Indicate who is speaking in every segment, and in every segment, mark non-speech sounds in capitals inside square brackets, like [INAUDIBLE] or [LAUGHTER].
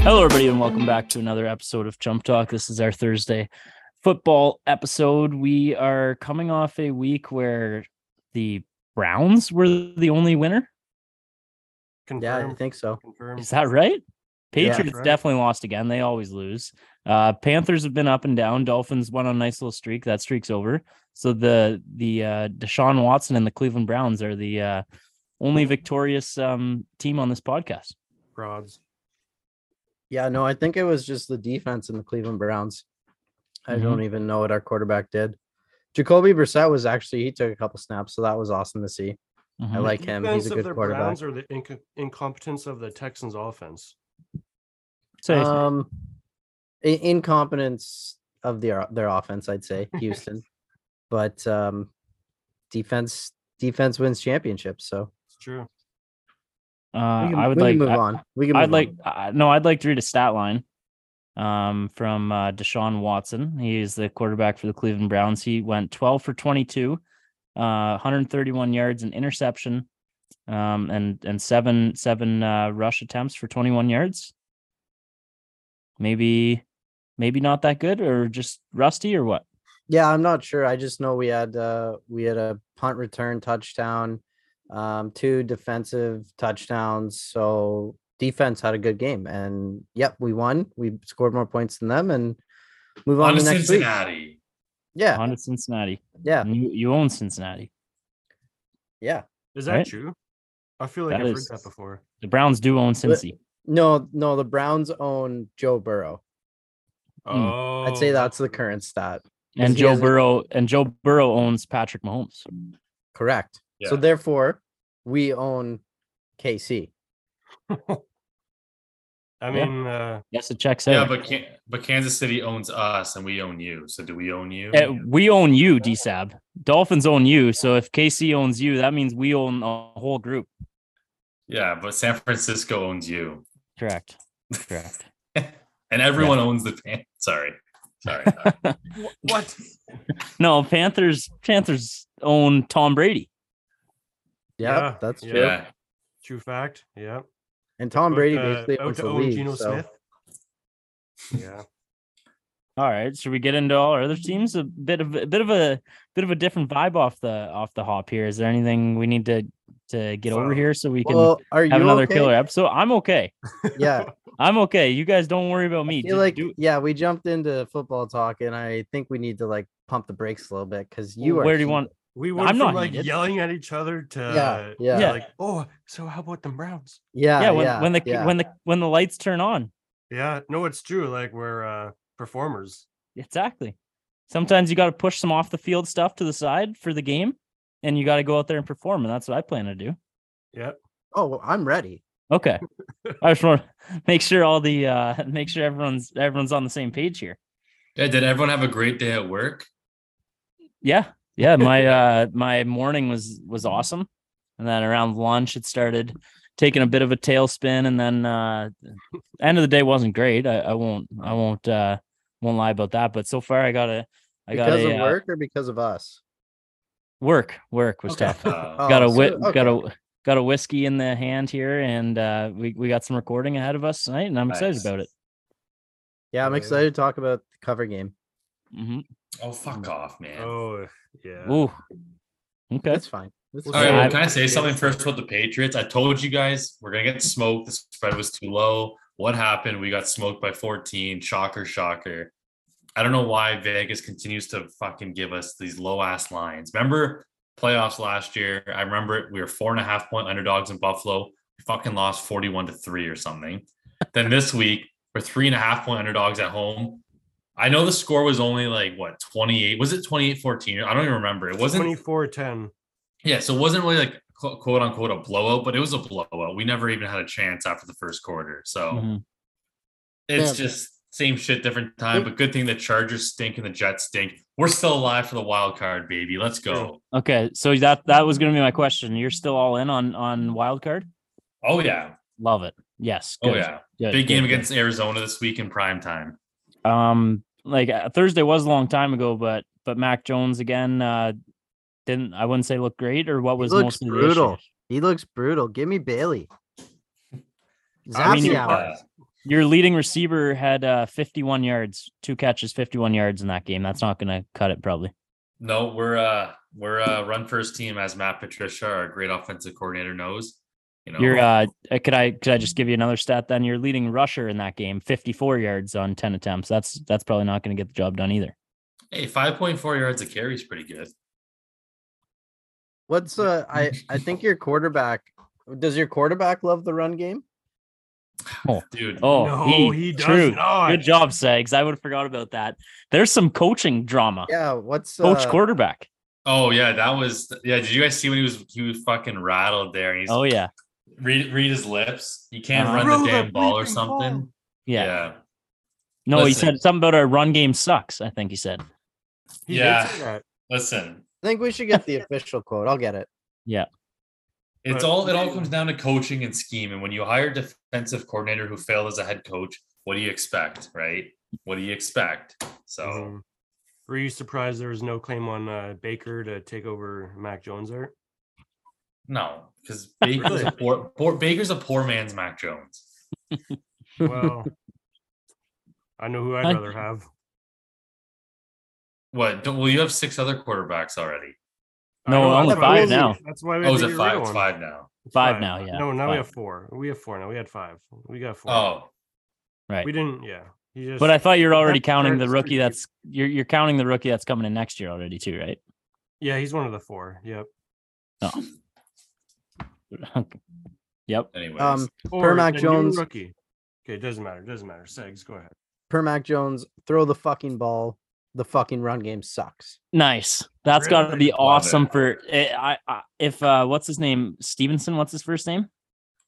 Speaker 1: Hello, everybody, and welcome back to another episode of Jump Talk. This is our Thursday football episode. We are coming off a week where the Browns were the only winner.
Speaker 2: Yeah, I
Speaker 3: Confirmed.
Speaker 2: think so.
Speaker 3: confirmed.
Speaker 1: Is that right?
Speaker 2: Yeah.
Speaker 1: Patriots
Speaker 3: Right.
Speaker 1: definitely lost again. They always lose. Uh, Panthers have been up and down. Dolphins went on a nice little streak. That streak's over. So the the uh, Deshaun Watson and the Cleveland Browns are the uh, only victorious um, team on this podcast.
Speaker 3: frauds?
Speaker 2: Yeah, no, I think it was just the defense in the Cleveland Browns. I
Speaker 1: Mhm.
Speaker 2: don't even know what our quarterback did. Jacoby Brissett was actually he took a couple snaps, so that was awesome to see. I
Speaker 1: Mhm.
Speaker 2: like him.
Speaker 3: Defense
Speaker 2: He's
Speaker 3: of
Speaker 2: a
Speaker 3: the
Speaker 2: good quarterback.
Speaker 3: Browns or the inc- incompetence of the Texans offense?
Speaker 1: So-
Speaker 2: Um, i- incompetence of their their offense, I'd say Houston, but um, defense defense wins championships. So
Speaker 3: It's true.
Speaker 1: uh,
Speaker 2: we can-
Speaker 1: I would
Speaker 2: we
Speaker 1: like
Speaker 2: can move
Speaker 1: I-
Speaker 2: on. We can. Move
Speaker 1: I'd like
Speaker 2: on.
Speaker 1: uh, no, I'd like to read a stat line um, from uh, Deshaun Watson. He is the quarterback for the Cleveland Browns. He went 12 for 22, uh, 131 yards and interception, um, and and seven seven uh, rush attempts for 21 yards. Maybe, maybe not that good, or just rusty, or what?
Speaker 2: Yeah, I'm not sure. I just know we had uh we had a punt return touchdown, um, two defensive touchdowns. So defense had a good game. And yep, we won. We scored more points than them and move on,
Speaker 4: on to
Speaker 2: to next week.
Speaker 4: Cincinnati.
Speaker 2: Yeah,
Speaker 1: On to Cincinnati.
Speaker 2: yeah,
Speaker 1: And You, you own Cincinnati.
Speaker 2: yeah.
Speaker 3: Is that
Speaker 1: Right?
Speaker 3: true? I feel like
Speaker 1: That
Speaker 3: I've
Speaker 1: is-
Speaker 3: heard that before.
Speaker 1: The Browns do own Cincy.
Speaker 2: No, no, the Browns own Joe Burrow.
Speaker 3: Oh,
Speaker 2: Hmm. I'd say that's the current stat.
Speaker 1: And
Speaker 2: Yes, he
Speaker 1: Joe
Speaker 2: has a-
Speaker 1: Burrow and Joe Burrow owns Patrick Mahomes.
Speaker 2: Correct. So
Speaker 4: Yeah.
Speaker 2: therefore, we own KC.
Speaker 3: I
Speaker 1: Yeah.
Speaker 3: mean, uh,
Speaker 1: Yes, it checks out.
Speaker 4: Yeah, but Can- but Kansas City owns us, and we own you. So do we own you?
Speaker 1: Uh, we own you, DSAB. Dolphins own you. So if KC owns you, that means we own a whole group.
Speaker 4: yeah, but San Francisco owns you,
Speaker 1: Correct. Correct.
Speaker 4: and everyone owns the. Pan- sorry,
Speaker 1: [LAUGHS]
Speaker 4: sorry. sorry.
Speaker 3: wh- what?
Speaker 1: [LAUGHS] No, Panthers. Panthers own Tom Brady.
Speaker 2: Yep,
Speaker 3: Yeah,
Speaker 2: that's
Speaker 3: yeah.
Speaker 2: true.
Speaker 4: yeah,
Speaker 3: True fact. Yeah.
Speaker 2: And Tom
Speaker 3: Out,
Speaker 2: Brady
Speaker 3: uh,
Speaker 2: basically
Speaker 3: out
Speaker 2: owns
Speaker 3: to
Speaker 2: the
Speaker 3: own
Speaker 2: league.
Speaker 3: Geno
Speaker 2: so-
Speaker 3: Smith. Yeah.
Speaker 1: All right. Should we get into all our other teams? A bit of a bit of a bit of a different vibe off the off the hop here. Is there anything we need to to get over
Speaker 3: Well-
Speaker 1: here so we can
Speaker 2: Well, are you
Speaker 1: have another
Speaker 2: okay?
Speaker 1: killer episode? I'm okay.
Speaker 2: [LAUGHS] Yeah,
Speaker 1: I'm okay. You guys don't worry about me.
Speaker 2: I feel
Speaker 1: Do-
Speaker 2: like
Speaker 1: do-
Speaker 2: yeah, we jumped into football talk, and I think we need to like pump the brakes a little bit because you are
Speaker 1: where do you
Speaker 2: heated.
Speaker 1: want?
Speaker 3: [LAUGHS] We went
Speaker 1: I'm
Speaker 3: from
Speaker 1: not
Speaker 3: like
Speaker 1: heated.
Speaker 3: yelling at each other to
Speaker 2: Yeah,
Speaker 3: yeah,
Speaker 2: yeah, yeah,
Speaker 3: like, oh, so how about the Browns?
Speaker 2: yeah.
Speaker 1: yeah, when, when the
Speaker 2: yeah.
Speaker 1: when the when the lights turn on.
Speaker 3: Yeah, no, it's true. Like we're uh performers.
Speaker 1: Exactly. Sometimes you got to push some off the field stuff to the side for the game, and you got to go out there and perform. And that's what I plan to do.
Speaker 3: Yeah.
Speaker 2: oh, well, I'm ready.
Speaker 1: Okay. I just want to make sure all the uh [LAUGHS] make sure everyone's everyone's on the same page here.
Speaker 4: yeah. Did everyone have a great day
Speaker 1: [LAUGHS]
Speaker 4: at work?
Speaker 1: Yeah. Yeah. My uh my morning was was awesome. And then around lunch it started taking a bit of a tailspin. And then uh end of the day wasn't great. I, I won't I won't uh won't lie about that. But so far I got a I got
Speaker 2: Because
Speaker 1: a,
Speaker 2: of
Speaker 1: uh,
Speaker 2: work or because of us?
Speaker 1: work. Work was
Speaker 4: Okay.
Speaker 1: tough.
Speaker 4: Uh,
Speaker 2: Oh,
Speaker 1: got a
Speaker 2: so-
Speaker 1: whi- got
Speaker 2: okay.
Speaker 1: a got a whiskey in the hand here, and uh, we we got some recording ahead of us tonight, and I'm excited
Speaker 4: Nice.
Speaker 1: about it.
Speaker 2: Yeah, I'm
Speaker 3: Yeah.
Speaker 2: excited to talk about the cover game.
Speaker 1: hmm
Speaker 4: oh, fuck off, man.
Speaker 3: Oh yeah.
Speaker 1: Mm-hmm. Ooh, okay.
Speaker 2: That's fine. That's
Speaker 3: All
Speaker 4: All right,
Speaker 2: fine.
Speaker 1: I-
Speaker 4: well, can I say something first about the Patriots? I told you guys we're gonna get smoked. The spread was too low. What happened? We got smoked by 14. Shocker, shocker. I don't know why Vegas continues to fucking give us these low ass lines. Remember playoffs last year? I remember it. We were four and a half point underdogs in Buffalo. We fucking lost 41 to three or something. then [LAUGHS] this week we're three and a half point underdogs at home. I know the score was only like what 28. Was it 28-14? I don't even remember. It wasn't
Speaker 3: 24 10.
Speaker 4: yeah, so it wasn't really like quote quote unquote a blowout, but it was a blowout. We never even had a chance after the first quarter. So
Speaker 1: Mhm.
Speaker 4: it's
Speaker 2: Yeah.
Speaker 4: just same shit, different time. But good thing the Chargers stink and the Jets stink. We're still alive for the wild card, baby. Let's go.
Speaker 1: Okay, so that that was going to be my question. You're still all in on on wild card?
Speaker 4: Oh yeah.
Speaker 1: Love it. Yes.
Speaker 4: Oh
Speaker 1: good,
Speaker 4: yeah.
Speaker 1: good,
Speaker 4: Big game
Speaker 1: good, good.
Speaker 4: against Arizona this week in prime time.
Speaker 1: Um, like uh, Thursday was a long time ago, but but Mac Jones again uh didn't. I wouldn't say look great, or what
Speaker 2: He
Speaker 1: was
Speaker 2: looks
Speaker 1: mostly the
Speaker 2: brutal.
Speaker 1: issue?
Speaker 2: He looks brutal. Give me Bailey.
Speaker 4: I
Speaker 2: Zappy
Speaker 4: mean,
Speaker 2: hour.
Speaker 4: uh,
Speaker 1: Your leading receiver had uh, 51 yards, two catches, 51 yards in that game. That's not going to cut it, probably.
Speaker 4: No, we're uh we're uh run first team as Matt Patricia, our great offensive coordinator, knows. You know,
Speaker 1: Your uh, could I could I just give you another stat? Then your leading rusher in that game, 54 yards on 10 attempts. That's that's probably not going to get the job done either.
Speaker 4: hey, five point four yards a carry is pretty good.
Speaker 2: What's uh I I think your quarterback does your quarterback love the
Speaker 1: [LAUGHS]
Speaker 2: run game?
Speaker 4: Dude,
Speaker 1: Oh,
Speaker 3: no, he, does
Speaker 1: true.
Speaker 3: not.
Speaker 1: Good job, Sags. I would have forgot about that. There's some coaching drama.
Speaker 2: Yeah, what's
Speaker 1: Coach
Speaker 2: uh,
Speaker 1: quarterback.
Speaker 4: oh yeah, that was yeah. Did you guys see when he was he was fucking rattled there? And he's
Speaker 1: Oh yeah,
Speaker 4: read read his lips. You can't
Speaker 1: Uh-huh.
Speaker 4: run
Speaker 3: Throw
Speaker 4: the
Speaker 3: the
Speaker 4: damn ball or
Speaker 3: bleeping
Speaker 4: something.
Speaker 3: ball.
Speaker 1: yeah.
Speaker 4: yeah.
Speaker 1: no, he
Speaker 4: listen.
Speaker 1: said something about our run game sucks. I think he said.
Speaker 3: He did
Speaker 4: Yeah.
Speaker 3: say that.
Speaker 4: Listen,
Speaker 2: I think we should get the official quote. I'll get it.
Speaker 4: It's
Speaker 3: But-
Speaker 4: all it all comes down to coaching and scheme. And when you hire a defensive coordinator who failed as a head coach, what do you expect? Right? What do you expect? So
Speaker 1: Mm-hmm.
Speaker 3: Mhm. Were you surprised there was no claim on uh, Baker to take over Mac Jones there?
Speaker 4: no,
Speaker 1: [LAUGHS]
Speaker 4: because Baker's a
Speaker 3: Really?
Speaker 4: poor, poor Baker's a poor man's Mac Jones.
Speaker 3: Well, I know who I'd
Speaker 1: I-
Speaker 3: rather have.
Speaker 4: What don't well you have six other quarterbacks already?
Speaker 3: I
Speaker 1: No,
Speaker 3: know,
Speaker 1: only
Speaker 3: that's why
Speaker 1: five
Speaker 3: we-
Speaker 1: now.
Speaker 3: That's why we
Speaker 4: Oh,
Speaker 3: had
Speaker 4: is
Speaker 3: to
Speaker 4: it
Speaker 3: get
Speaker 4: five?
Speaker 3: rid of
Speaker 4: It's
Speaker 3: one.
Speaker 4: five now.
Speaker 3: It's
Speaker 1: Five now, yeah,
Speaker 3: No, now we
Speaker 1: five.
Speaker 3: have four. We have four now. We had five. We got four.
Speaker 4: Oh,
Speaker 1: Right.
Speaker 3: we didn't. Yeah, he just.
Speaker 1: But I thought you're already
Speaker 3: That's
Speaker 1: counting the
Speaker 3: very
Speaker 1: rookie
Speaker 3: sweet.
Speaker 1: that's you're you're counting the rookie that's coming in next year already too, right? [LAUGHS]
Speaker 3: yeah, he's one of the four. Yep.
Speaker 1: yep.
Speaker 4: anyways.
Speaker 2: Um
Speaker 3: Or
Speaker 2: Mac
Speaker 3: the new
Speaker 2: Jones.
Speaker 3: rookie. Okay, it doesn't matter. It doesn't matter. Segs, go ahead.
Speaker 2: per Mac Jones, throw the fucking ball. The fucking run game sucks.
Speaker 1: Nice. That's got to
Speaker 3: Really?
Speaker 1: be
Speaker 4: Love
Speaker 1: awesome
Speaker 4: it.
Speaker 1: for eh, I, I if uh what's his name Stevenson? What's his first name?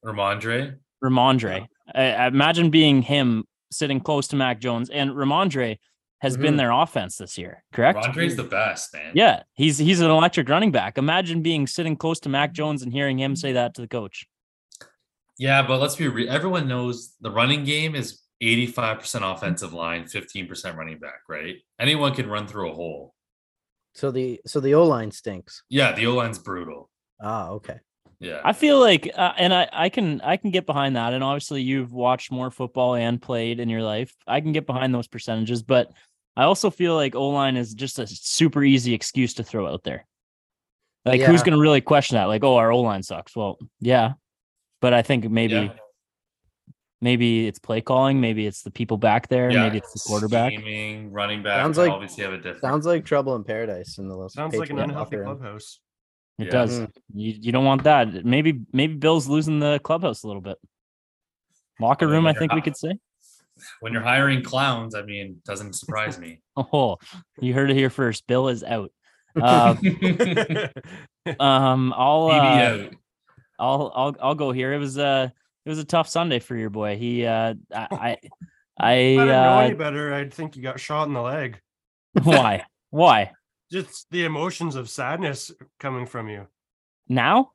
Speaker 4: Ramondre.
Speaker 1: Ramondre. I, I imagine being him sitting close to Mac Jones and Ramondre has been
Speaker 4: Mm-hmm.
Speaker 2: Mhm.
Speaker 1: their offense this year, correct?
Speaker 4: Ramondre's the best, man.
Speaker 1: Yeah, he's he's an electric running back. Imagine being sitting close to
Speaker 4: Mm-hmm.
Speaker 1: Mac Jones and hearing him say that to the coach.
Speaker 4: Yeah, but let's be real. Everyone knows the running game is 85% offensive line, 15% running back, right? Anyone can run through a hole.
Speaker 2: So the so the O line stinks.
Speaker 4: Yeah, the O line's brutal.
Speaker 2: Ah, okay.
Speaker 4: Yeah.
Speaker 1: I feel like, uh, and I, I can, I can get behind that. And obviously, you've watched more football and played in your life. I can get behind those percentages, but I also feel like O line is just a super easy excuse to throw out there. Like, who's
Speaker 2: Yeah.
Speaker 1: going to really question that? Like, oh, our O line sucks. Well, yeah, but I think maybe,
Speaker 4: Yeah.
Speaker 1: maybe it's play calling, maybe it's the people back there,
Speaker 4: Yeah,
Speaker 1: maybe it's the quarterback.
Speaker 4: scheming, running back.
Speaker 2: Sounds
Speaker 4: they
Speaker 2: like-
Speaker 4: obviously have a different.
Speaker 2: Sounds like trouble in paradise in the Los
Speaker 3: Sounds like an
Speaker 2: Patriot
Speaker 3: unhealthy
Speaker 2: locker room.
Speaker 3: clubhouse.
Speaker 1: It
Speaker 4: Yeah.
Speaker 1: does.
Speaker 2: Mm.
Speaker 1: You, you don't want that. Maybe maybe Bill's losing the clubhouse a little bit. Locker
Speaker 4: Well,
Speaker 1: room, I
Speaker 4: they're
Speaker 1: think we
Speaker 4: not.
Speaker 1: could say.
Speaker 4: when you're hiring clowns, I mean, doesn't surprise me.
Speaker 1: [LAUGHS] Oh, you heard it here first. Bill is out.
Speaker 3: [LAUGHS]
Speaker 1: Uh,
Speaker 4: [LAUGHS]
Speaker 1: um, I'll uh,
Speaker 4: BBO.
Speaker 1: I'll I'll I'll go here. It was uh it was a tough Sunday for your boy. He uh
Speaker 3: [LAUGHS]
Speaker 1: I I, I
Speaker 3: If I didn't know any
Speaker 1: uh,
Speaker 3: better, I'd think you got shot in the leg.
Speaker 1: [LAUGHS] why why
Speaker 3: Just the emotions of sadness coming from you.
Speaker 1: now?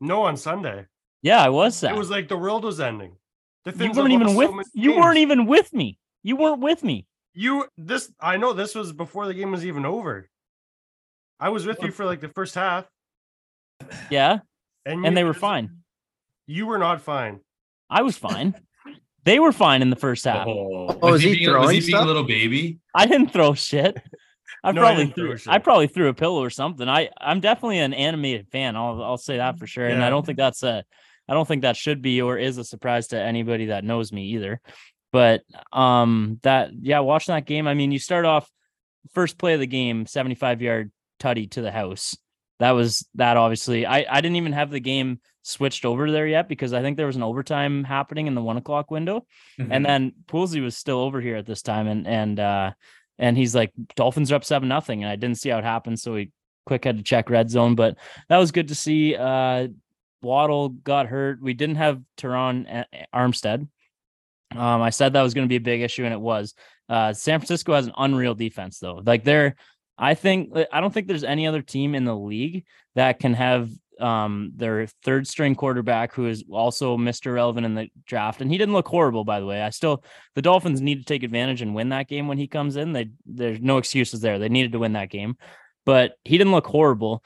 Speaker 3: No, on Sunday
Speaker 1: Yeah, I was sad.
Speaker 3: it was like the world was ending. The
Speaker 1: you
Speaker 3: Finns
Speaker 1: weren't
Speaker 3: have
Speaker 1: even
Speaker 3: lost
Speaker 1: with
Speaker 3: so many
Speaker 1: you weren't e-,
Speaker 3: games.
Speaker 1: even with me. You weren't with me.
Speaker 3: you. This I know. This was before the game was even over. I was with you for like the first half,
Speaker 1: Yeah,
Speaker 3: and
Speaker 1: and
Speaker 3: you
Speaker 1: they were
Speaker 3: just-
Speaker 1: fine.
Speaker 3: You were not fine.
Speaker 1: I was fine. They were fine in the first half.
Speaker 4: Oh,
Speaker 2: Oh,
Speaker 4: was
Speaker 2: is
Speaker 4: he,
Speaker 2: he
Speaker 4: being, was
Speaker 2: throwing
Speaker 4: he being a
Speaker 2: stuff?
Speaker 4: little baby?
Speaker 1: I didn't throw
Speaker 3: [LAUGHS]
Speaker 1: shit. I
Speaker 3: No, I
Speaker 1: probably
Speaker 3: didn't throw
Speaker 1: threw.
Speaker 3: shit.
Speaker 1: I probably threw a pillow or something. I I'm definitely an animated fan. I'll I'll say that for sure. And I
Speaker 3: Yeah.
Speaker 1: don't think that's a, I don't think that should be or is a surprise to anybody that knows me either. But um, that yeah, watching that game. I mean, you start off first play of the game, 75 yard tutty to the house. That was that obviously. I I didn't even have the game switched over there yet because I think there was an overtime happening in the one o'clock window
Speaker 4: Mm-hmm.
Speaker 1: and then Poolsy was still over here at this time, and and uh, and he's like, Dolphins are up seven nothing, and I didn't see how it happened, so we quick had to check red zone, but that was good to see. Uh, Waddle got hurt. We didn't have Teron A- Armstead. Um, I said that was going to be a big issue, and it was. Uh, San Francisco has an unreal defense, though. Like they're, I think I don't think there's any other team in the league that can have um their third string quarterback who is also Mr. Relevant in the draft. And he didn't look horrible, by the way. I still the Dolphins need to take advantage and win that game when he comes in. They there's no excuses there. They needed to win that game. But he didn't look horrible.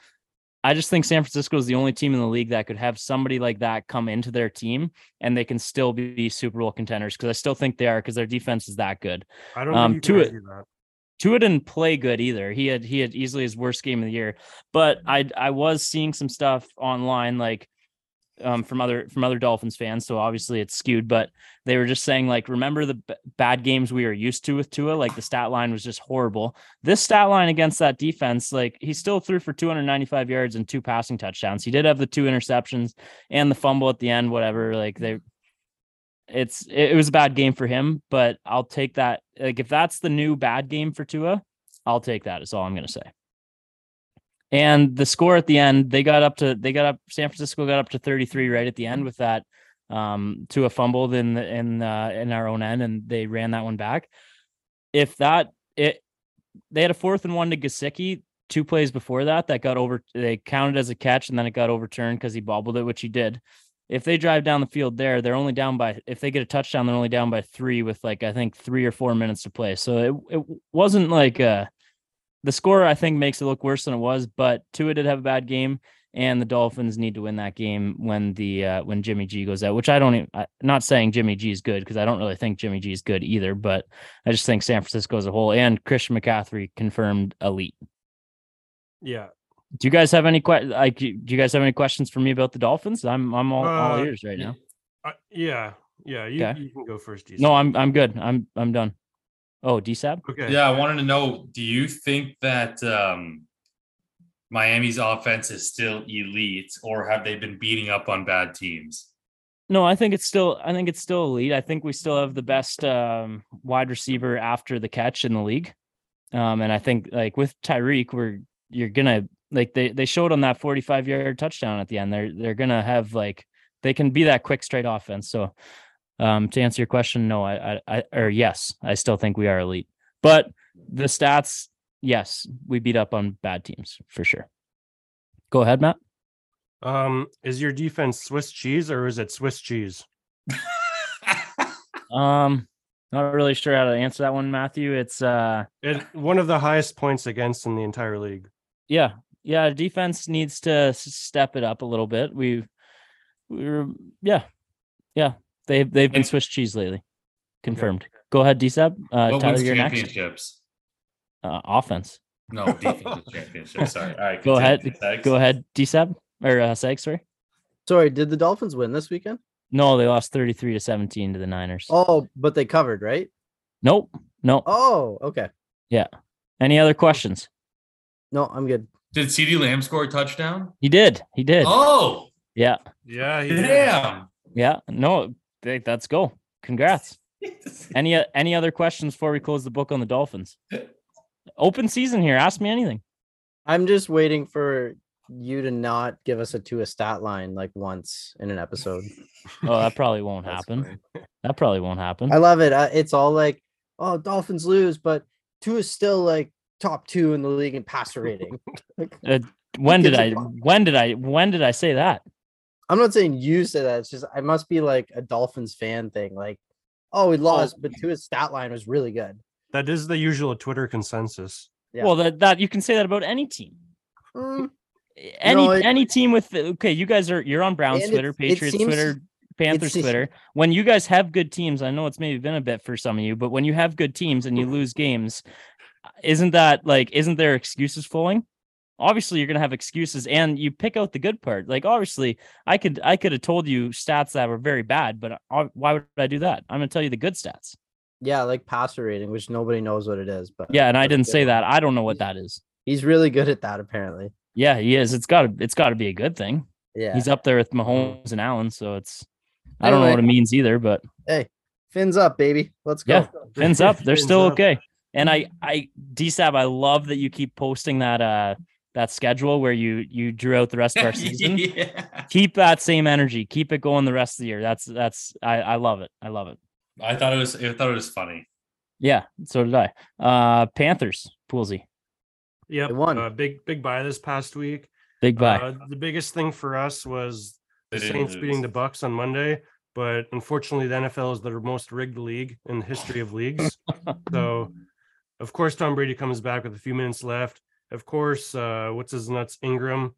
Speaker 1: I just think San Francisco is the only team in the league that could have somebody like that come into their team and they can still be Super Bowl contenders because I still think they are because their defense is that good.
Speaker 3: I don't
Speaker 1: Um,
Speaker 3: think you
Speaker 1: to
Speaker 3: can
Speaker 1: it-
Speaker 3: argue that.
Speaker 1: Tua didn't play good either. He had he had easily his worst game of the year. But I I was seeing some stuff online like um from other from other Dolphins fans, so obviously it's skewed, but they were just saying like remember the b- bad games we were used to with Tua, like the stat line was just horrible. This stat line against that defense, like he still threw for 295 yards and two passing touchdowns. He did have the two interceptions and the fumble at the end, whatever. Like they it's it, it was a bad game for him, but I'll take that. Like if that's the new bad game for Tua, I'll take that. Is all I'm gonna say. And the score at the end, they got up to they got up. San Francisco got up to 33 right at the end with that um Tua fumbled in the, in uh, in our own end, and they ran that one back. If that it, they had a fourth and one to Gasicki. Two plays before that, that got over. They counted as a catch, and then it got overturned because he bobbled it, which he did if they drive down the field there, they're only down by if they get a touchdown, they're only down by three with like I think three or four minutes to play. So it it wasn't like uh the score I think makes it look worse than it was, but Tua did have a bad game, and the Dolphins need to win that game when the uh when Jimmy G goes out, which I don't even I, not saying Jimmy G is good because I don't really think Jimmy G is good either, but I just think San Francisco as a whole and Christian McCaffrey confirmed elite.
Speaker 3: Yeah.
Speaker 1: Do you guys have any que- like do you guys have any questions for me about the Dolphins? I'm I'm all, all
Speaker 3: Uh,
Speaker 1: ears right now.
Speaker 3: I, yeah. Yeah. You,
Speaker 1: Okay.
Speaker 3: you can go first. Jason.
Speaker 1: No, I'm I'm good. I'm I'm done. Oh, DSAB?
Speaker 3: Okay.
Speaker 4: Yeah, I wanted to know do you think that um, Miami's offense is still elite or have they been beating up on bad teams?
Speaker 1: No, I think it's still I think it's still elite. I think we still have the best um, wide receiver after the catch in the league. Um, and I think like with Tyreek, we're you're gonna like they they showed on that 45 yard touchdown at the end. They're they're gonna have like they can be that quick straight offense. So um to answer your question, no, I I, I or yes, I still think we are elite. But the stats, yes, we beat up on bad teams for sure. Go ahead, Matt.
Speaker 3: Um, is your defense Swiss cheese or is it Swiss cheese?
Speaker 1: Uh, Um, not really sure how to answer that one, Matthew. It's uh,
Speaker 3: It, one of the highest points against in the entire league.
Speaker 1: yeah, yeah. Defense needs to s- step it up a little bit. We've, we were, yeah, yeah. They've they've been
Speaker 4: And-
Speaker 1: Swiss cheese lately, confirmed. Go ahead, DSAP. Uh,
Speaker 4: what
Speaker 1: Tyler,
Speaker 4: wins
Speaker 1: you're next.
Speaker 4: championships?
Speaker 1: Uh, offense.
Speaker 4: No, defensive championships. Sorry. All right.
Speaker 1: Go
Speaker 4: continue, Sykes.
Speaker 1: Go ahead, DSAP or uh, Sykes. Sorry.
Speaker 2: Sorry, did the Dolphins win this weekend?
Speaker 1: No, they lost thirty three to seventeen to the Niners.
Speaker 2: Oh, but they covered, right?
Speaker 1: Nope, nope.
Speaker 2: Oh, okay.
Speaker 1: Any other questions?
Speaker 2: No, I'm good.
Speaker 4: Did CD Lamb score a touchdown?
Speaker 1: He did. He did.
Speaker 4: Oh,
Speaker 1: Yeah,
Speaker 3: Yeah.
Speaker 4: damn.
Speaker 1: yeah. No, they, that's go. Congrats. Any any other questions before we close the book on the Dolphins? Open season here. Ask me anything.
Speaker 2: I'm just waiting for you to not give us a two a stat line like once in an episode.
Speaker 1: Oh, that probably won't happen. That probably won't happen.
Speaker 2: I love it. I, it's all like, oh, Dolphins lose, but two is still like top two in the league in
Speaker 3: [LAUGHS]
Speaker 2: passer rating.
Speaker 1: When did
Speaker 2: gives a
Speaker 1: I?
Speaker 2: fuck?
Speaker 1: When did I? When did I say that?
Speaker 2: I'm not saying you say that. It's just I must be like a Dolphins fan thing. Like, oh, we lost, but Tua's stat line was really good.
Speaker 3: That is the usual Twitter consensus.
Speaker 2: Yeah.
Speaker 1: Well, that that you can say that about any team. Hmm.
Speaker 2: Mm,
Speaker 1: Any
Speaker 2: it-
Speaker 1: any team with okay, you guys are you're on Browns
Speaker 2: And
Speaker 1: Twitter,
Speaker 2: it's- it
Speaker 1: Patriots
Speaker 2: seems-
Speaker 1: Twitter, Panthers
Speaker 2: seems-
Speaker 1: Twitter. When you guys have good teams, I know it's maybe been a bit for some of you, but when you have good teams and you lose games, isn't that like isn't there excuses flowing? Obviously, you're gonna have excuses, and you pick out the good part. Like obviously, I could I could have told you stats that were very bad, but I- why would I do that? I'm gonna tell you the good stats.
Speaker 2: yeah, like passer rating, which nobody knows what it is. But
Speaker 1: Yeah, and I
Speaker 2: that's
Speaker 1: didn't
Speaker 2: good.
Speaker 1: say that. I don't know what that is.
Speaker 2: He's really good at that, apparently.
Speaker 1: Yeah, he is. It's got it's got to be a good thing.
Speaker 2: Yeah.
Speaker 1: He's up there with Mahomes and Allen, so it's I don't know
Speaker 2: Anyway.
Speaker 1: what it means either,
Speaker 3: [LAUGHS]
Speaker 1: but
Speaker 2: Fins up, baby. Let's go.
Speaker 1: Yeah. fins up,
Speaker 3: [LAUGHS]
Speaker 1: they're
Speaker 3: Fins
Speaker 1: still
Speaker 3: up.
Speaker 1: okay. And I I DSAB, I love that you keep posting that uh that schedule where you you drew out the rest of our season.
Speaker 3: [LAUGHS]
Speaker 4: [LAUGHS] Yeah.
Speaker 1: keep that same energy, keep it going the rest of the year. That's that's I I love it. I love it.
Speaker 4: I thought it was. I thought it was funny.
Speaker 1: Yeah, so did I. Uh Panthers, Poolsy,
Speaker 3: Yep.
Speaker 2: They won.
Speaker 3: Uh, big big buy this past week.
Speaker 1: big bye.
Speaker 3: Uh, the biggest thing for us was
Speaker 4: They
Speaker 3: the
Speaker 4: didn't
Speaker 3: Saints
Speaker 4: lose.
Speaker 3: beating the Bucks on Monday, but unfortunately, the NFL is the most rigged league in the history of leagues.
Speaker 1: [LAUGHS]
Speaker 3: so, of course, Tom Brady comes back with a few minutes left. Of course, uh, what's his nuts Ingram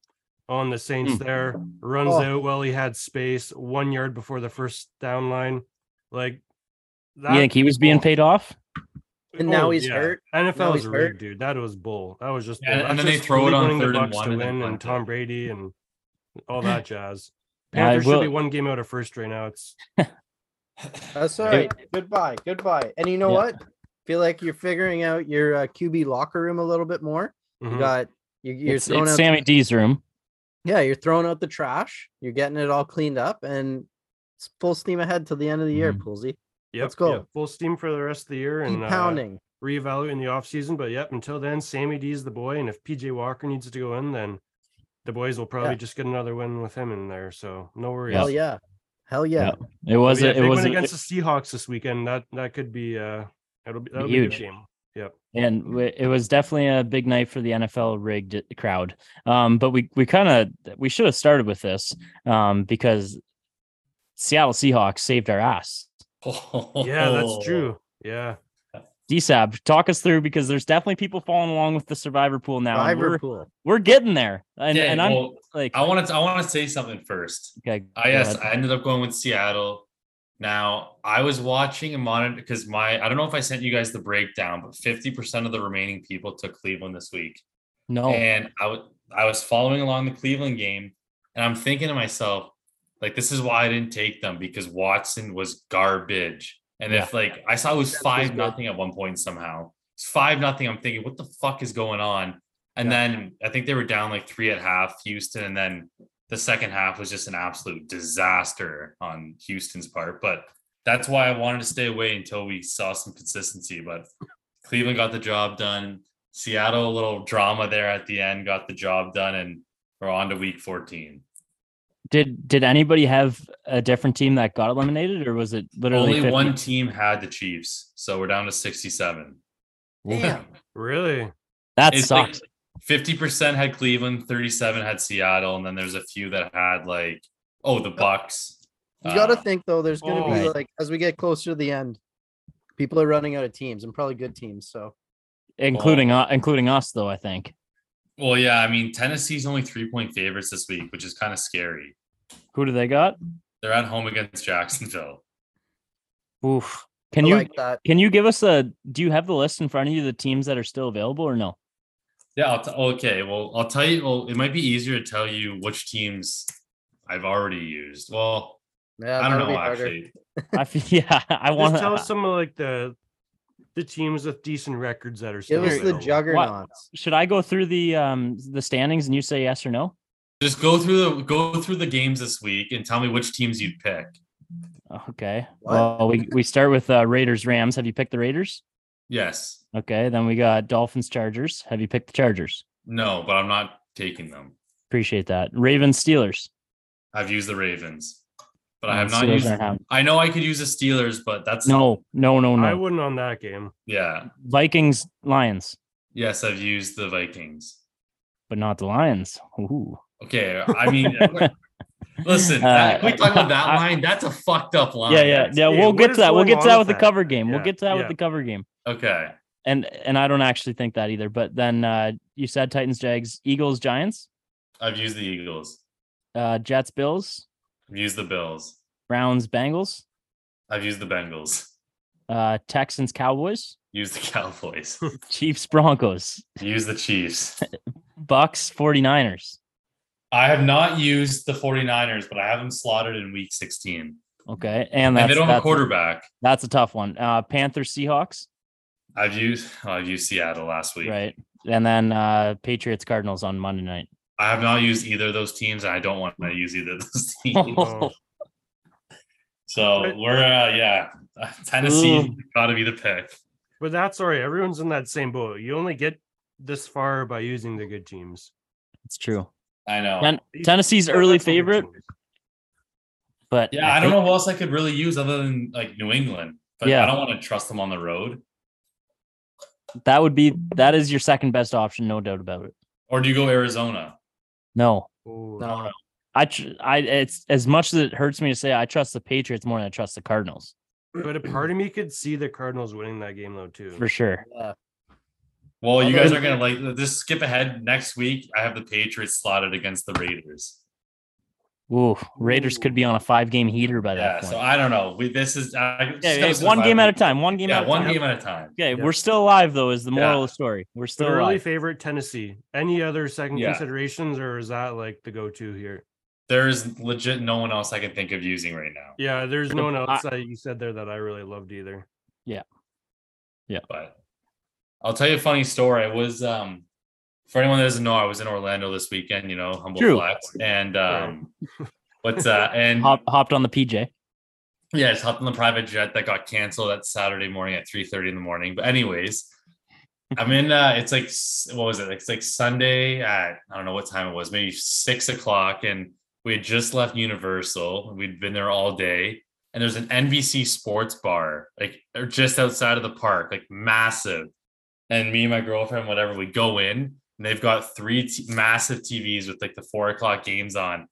Speaker 3: on the Saints
Speaker 4: Hmm.
Speaker 3: there. Runs
Speaker 2: Oh.
Speaker 3: out while he had space, one yard before the first down line. Like that.
Speaker 1: You think he was being
Speaker 3: oh,
Speaker 1: paid off?
Speaker 2: And now he's hurt.
Speaker 3: NFL
Speaker 2: Now
Speaker 3: is
Speaker 2: he's
Speaker 3: a
Speaker 2: hurt.
Speaker 3: rig, dude. That was bull. That was just.
Speaker 4: Yeah, and-
Speaker 3: bull.
Speaker 4: and
Speaker 3: That's
Speaker 4: then they
Speaker 3: just
Speaker 4: throw it on
Speaker 3: enabling the
Speaker 4: third and
Speaker 3: Bucs
Speaker 4: one
Speaker 3: to
Speaker 4: and then
Speaker 3: win, and
Speaker 4: punt it.
Speaker 3: Tom Brady and all that
Speaker 4: [LAUGHS]
Speaker 3: jazz.
Speaker 1: I
Speaker 3: Panthers should be
Speaker 1: will-
Speaker 3: one game out of first right now. It's
Speaker 2: That's all
Speaker 1: Hey.
Speaker 2: right. Goodbye. Goodbye. And you know
Speaker 1: Yeah.
Speaker 2: what? Feel like you're figuring out your uh, QB locker room a little bit more. You
Speaker 3: mhm.
Speaker 2: got you, you're
Speaker 1: Mm-hmm. It's,
Speaker 2: throwing
Speaker 1: it's
Speaker 2: out
Speaker 1: Sammy D's room.
Speaker 2: yeah, you're throwing out the trash. You're getting it all cleaned up, and it's full steam ahead till the end of the year,
Speaker 1: Mhm.
Speaker 2: Poolsy.
Speaker 3: Yep,
Speaker 2: let's go.
Speaker 3: yep. Full steam for the rest of the year
Speaker 2: Keep
Speaker 3: and uh,
Speaker 2: pounding.
Speaker 3: reevaluate in the offseason. But yep, until then, Sammy D's the boy. And if PJ Walker needs to go in, then the boys will probably
Speaker 2: Yeah.
Speaker 3: just get another win with him in there. So no worries.
Speaker 2: Hell yeah. Hell yeah.
Speaker 1: It was
Speaker 3: But
Speaker 1: a,
Speaker 3: Oh, yeah,
Speaker 1: it
Speaker 3: big
Speaker 1: was
Speaker 3: win
Speaker 1: a,
Speaker 3: against the Seahawks this weekend. That that could be uh that'll be that'll be a
Speaker 1: Huge.
Speaker 3: good
Speaker 4: [LAUGHS]
Speaker 3: game.
Speaker 1: and w- it was definitely a big night for the NFL rigged crowd. Um, but we we kind of we should have started with this um, because Seattle Seahawks saved our ass.
Speaker 4: [LAUGHS]
Speaker 3: Yeah, that's true. Yeah.
Speaker 1: DSAB, talk us through because there's definitely people following along with the survivor pool now. and
Speaker 2: Survivor
Speaker 1: we're,
Speaker 2: pool.
Speaker 1: we're getting there, and,
Speaker 4: yeah,
Speaker 1: and I'm
Speaker 4: well,
Speaker 1: like,
Speaker 4: I want to. I want to say something first.
Speaker 1: okay,
Speaker 4: I
Speaker 1: go
Speaker 4: yes,
Speaker 1: ahead.
Speaker 4: I ended up going with Seattle. Now I was watching and monitored because my I don't know if I sent you guys the breakdown, but fifty percent of the remaining people took Cleveland this week,
Speaker 1: no,
Speaker 4: and I was I was following along the Cleveland game, and I'm thinking to myself, like this is why I didn't take them because Watson was garbage, and if like I saw it was
Speaker 2: Defense was
Speaker 4: five
Speaker 2: good.
Speaker 4: nothing at one point somehow, it's five nothing. I'm thinking, what the fuck is going on? And then I think they were down like three at half, Houston, and then the second half was just an absolute disaster on Houston's part. But that's why I wanted to stay away until we saw some consistency. But Cleveland got the job done. Seattle, a little drama there at the end, got the job done, and we're on to week 14.
Speaker 1: did did anybody have a different team that got eliminated, or was it literally
Speaker 4: Only
Speaker 1: 50?
Speaker 4: one team had the Chiefs, so we're down to 67.
Speaker 2: Damn.
Speaker 3: Really?
Speaker 1: That
Speaker 4: It's like
Speaker 1: sucks.
Speaker 4: Fifty percent had Cleveland, thirty-seven had Seattle, and then there's a few that had like, oh, the Bucks.
Speaker 2: You got to
Speaker 4: Uh,
Speaker 2: think though. There's going to be
Speaker 1: Oh.
Speaker 2: like as we get closer to the end, people are running out of teams and probably good teams. So
Speaker 1: including uh, including us though. I think.
Speaker 4: Well, yeah, I mean Tennessee's only three-point favorites this week, which is kind of scary.
Speaker 1: Who do they got?
Speaker 4: They're at home against [LAUGHS] Jacksonville.
Speaker 1: Oof. Can
Speaker 2: I
Speaker 1: you
Speaker 2: like that.
Speaker 1: Can you give us a? Do you have the list in front of you? The teams that are still available, or no?
Speaker 4: Yeah. I'll t- okay. Well, I'll tell you. Well, it might be easier to tell you which teams I've already used. Well,
Speaker 2: Yeah,
Speaker 4: I don't
Speaker 2: that'll be
Speaker 4: know
Speaker 2: harder.
Speaker 4: actually.
Speaker 1: I feel, [LAUGHS] yeah, I
Speaker 3: Just
Speaker 1: want
Speaker 3: tell us
Speaker 1: to.
Speaker 3: some of like the the teams with decent records that are still
Speaker 2: Give us the
Speaker 3: available.
Speaker 2: juggernauts.
Speaker 1: [LAUGHS] Should I go through the um the standings and you say yes or no?
Speaker 4: Just go through the go through the games this week and tell me which teams you'd pick.
Speaker 1: Okay.
Speaker 2: What?
Speaker 1: Well, we we start with uh, Raiders Rams. Have you picked the Raiders?
Speaker 4: Yes.
Speaker 1: Okay. Then we got Dolphins Chargers. Have you picked the Chargers?
Speaker 4: No, but I'm not taking them.
Speaker 1: Appreciate that. Ravens Steelers.
Speaker 4: I've used the Ravens, but I have
Speaker 1: Uh,
Speaker 4: not
Speaker 1: Steelers
Speaker 4: used.
Speaker 1: aren't having-
Speaker 4: I know I could use the Steelers, but that's
Speaker 1: No, no, no,
Speaker 3: I
Speaker 1: no.
Speaker 3: wouldn't on that
Speaker 1: [LAUGHS]
Speaker 3: game.
Speaker 4: Yeah.
Speaker 1: Vikings Lions,
Speaker 4: Yes, I've used the Vikings.
Speaker 1: but not the Lions. Ooh.
Speaker 4: Okay,
Speaker 1: [LAUGHS]
Speaker 4: I mean, listen, that, we talk about that
Speaker 1: Uh, I-
Speaker 4: line. That's a fucked up line.
Speaker 1: Yeah, yeah,
Speaker 3: that's-
Speaker 1: yeah.
Speaker 3: hey,
Speaker 1: We'll
Speaker 3: what
Speaker 1: get
Speaker 3: is
Speaker 1: to that. We'll
Speaker 3: going
Speaker 1: get to
Speaker 3: on
Speaker 1: that with
Speaker 3: with
Speaker 1: the
Speaker 3: that?
Speaker 1: cover game. We'll
Speaker 3: Yeah,
Speaker 1: get to that with
Speaker 3: yeah.
Speaker 1: the cover game.
Speaker 4: Okay.
Speaker 1: and and I don't actually think that either. But then uh, you said Titans, Jags, Eagles, Giants,
Speaker 4: I've used the Eagles.
Speaker 1: uh, Jets, Bills,
Speaker 4: I've used the Bills.
Speaker 1: Browns, Bengals,
Speaker 4: I've used the Bengals. [LAUGHS]
Speaker 1: uh, Texans, Cowboys, [LAUGHS]
Speaker 4: Used the Cowboys.
Speaker 1: Chiefs, Broncos,
Speaker 4: Use the Chiefs.
Speaker 1: Bucks, 49ers.
Speaker 4: I have not used the 49ers, but I have them slotted in week 16.
Speaker 1: Okay, and that's
Speaker 4: And they don't have a
Speaker 1: that's,
Speaker 4: quarterback.
Speaker 1: that's a tough one. Uh, Panthers, Seahawks,
Speaker 4: I've used oh, I've used Seattle last week.
Speaker 1: right, and then uh, Patriots, Cardinals on Monday night.
Speaker 4: I have not used either of those teams, and I don't want to use either of
Speaker 1: [LAUGHS]
Speaker 4: those teams.
Speaker 3: No.
Speaker 4: so
Speaker 3: But-
Speaker 4: we're uh, yeah, [LAUGHS] Tennessee
Speaker 1: Ooh.
Speaker 4: got to be the pick.
Speaker 3: But that's all right. Everyone's in that same boat. You only get this far by using the good teams.
Speaker 1: It's true.
Speaker 4: I know.
Speaker 1: Ten- Tennessee's early
Speaker 3: That's the good
Speaker 1: favorite,
Speaker 3: teams.
Speaker 1: but
Speaker 4: Yeah, I don't
Speaker 1: think-
Speaker 4: know who else I could really use other than like New England. But
Speaker 1: Yeah.
Speaker 4: I don't want to trust them on the road.
Speaker 1: That would be that is your second best option, no doubt about it.
Speaker 4: Or do you go Arizona?
Speaker 1: No,
Speaker 3: Oh,
Speaker 2: No,
Speaker 1: I, tr- I, it's as much as it hurts me to say, I trust the Patriots more than I trust the Cardinals
Speaker 3: But a part of me could see the Cardinals winning that game though too.
Speaker 1: for sure.
Speaker 2: yeah.
Speaker 4: Well, you guys are gonna like just skip ahead next week. I have the Patriots slotted against the Raiders.
Speaker 1: Ooh, Raiders could be on a five game heater by
Speaker 4: Yeah,
Speaker 1: that
Speaker 4: so
Speaker 1: point.
Speaker 4: I don't know. We this is I, just
Speaker 1: Yeah,
Speaker 4: gotta
Speaker 1: yeah,
Speaker 4: survive
Speaker 1: one game
Speaker 4: the
Speaker 1: at a
Speaker 4: week.
Speaker 1: time. One game at
Speaker 4: Yeah,
Speaker 1: a
Speaker 4: one
Speaker 1: time.
Speaker 4: game at a time.
Speaker 1: Okay,
Speaker 3: Yeah.
Speaker 1: we're still alive though, is the
Speaker 4: Yeah.
Speaker 1: moral of the story. We're
Speaker 3: The
Speaker 1: still
Speaker 3: early
Speaker 1: alive.
Speaker 3: favorite Tennessee. Any other second
Speaker 4: Yeah.
Speaker 3: considerations, or is that like the go-to here?
Speaker 4: There is legit no one else I can think of using right now.
Speaker 3: Yeah, there's no one else that you said there that I really loved either.
Speaker 4: but I'll tell you a funny story. I was um for anyone that doesn't know, I was in Orlando this weekend, you know, humble
Speaker 1: True.
Speaker 4: flex.
Speaker 1: [LAUGHS]
Speaker 4: And um what's uh and
Speaker 1: Hop, hopped on the PJ.
Speaker 4: yeah, it's hopped on the private jet that got canceled that Saturday morning at 3 30 in the morning. But anyways, I'm in uh it's like s- what was it? It's like Sunday at I don't know what time it was, maybe six o'clock, and we had just left Universal, we'd been there all day. And there's an NBC sports bar, like or just outside of the park, like massive. And me and my girlfriend, whatever, we go in and they've got three t- massive TVs with like the four o'clock games on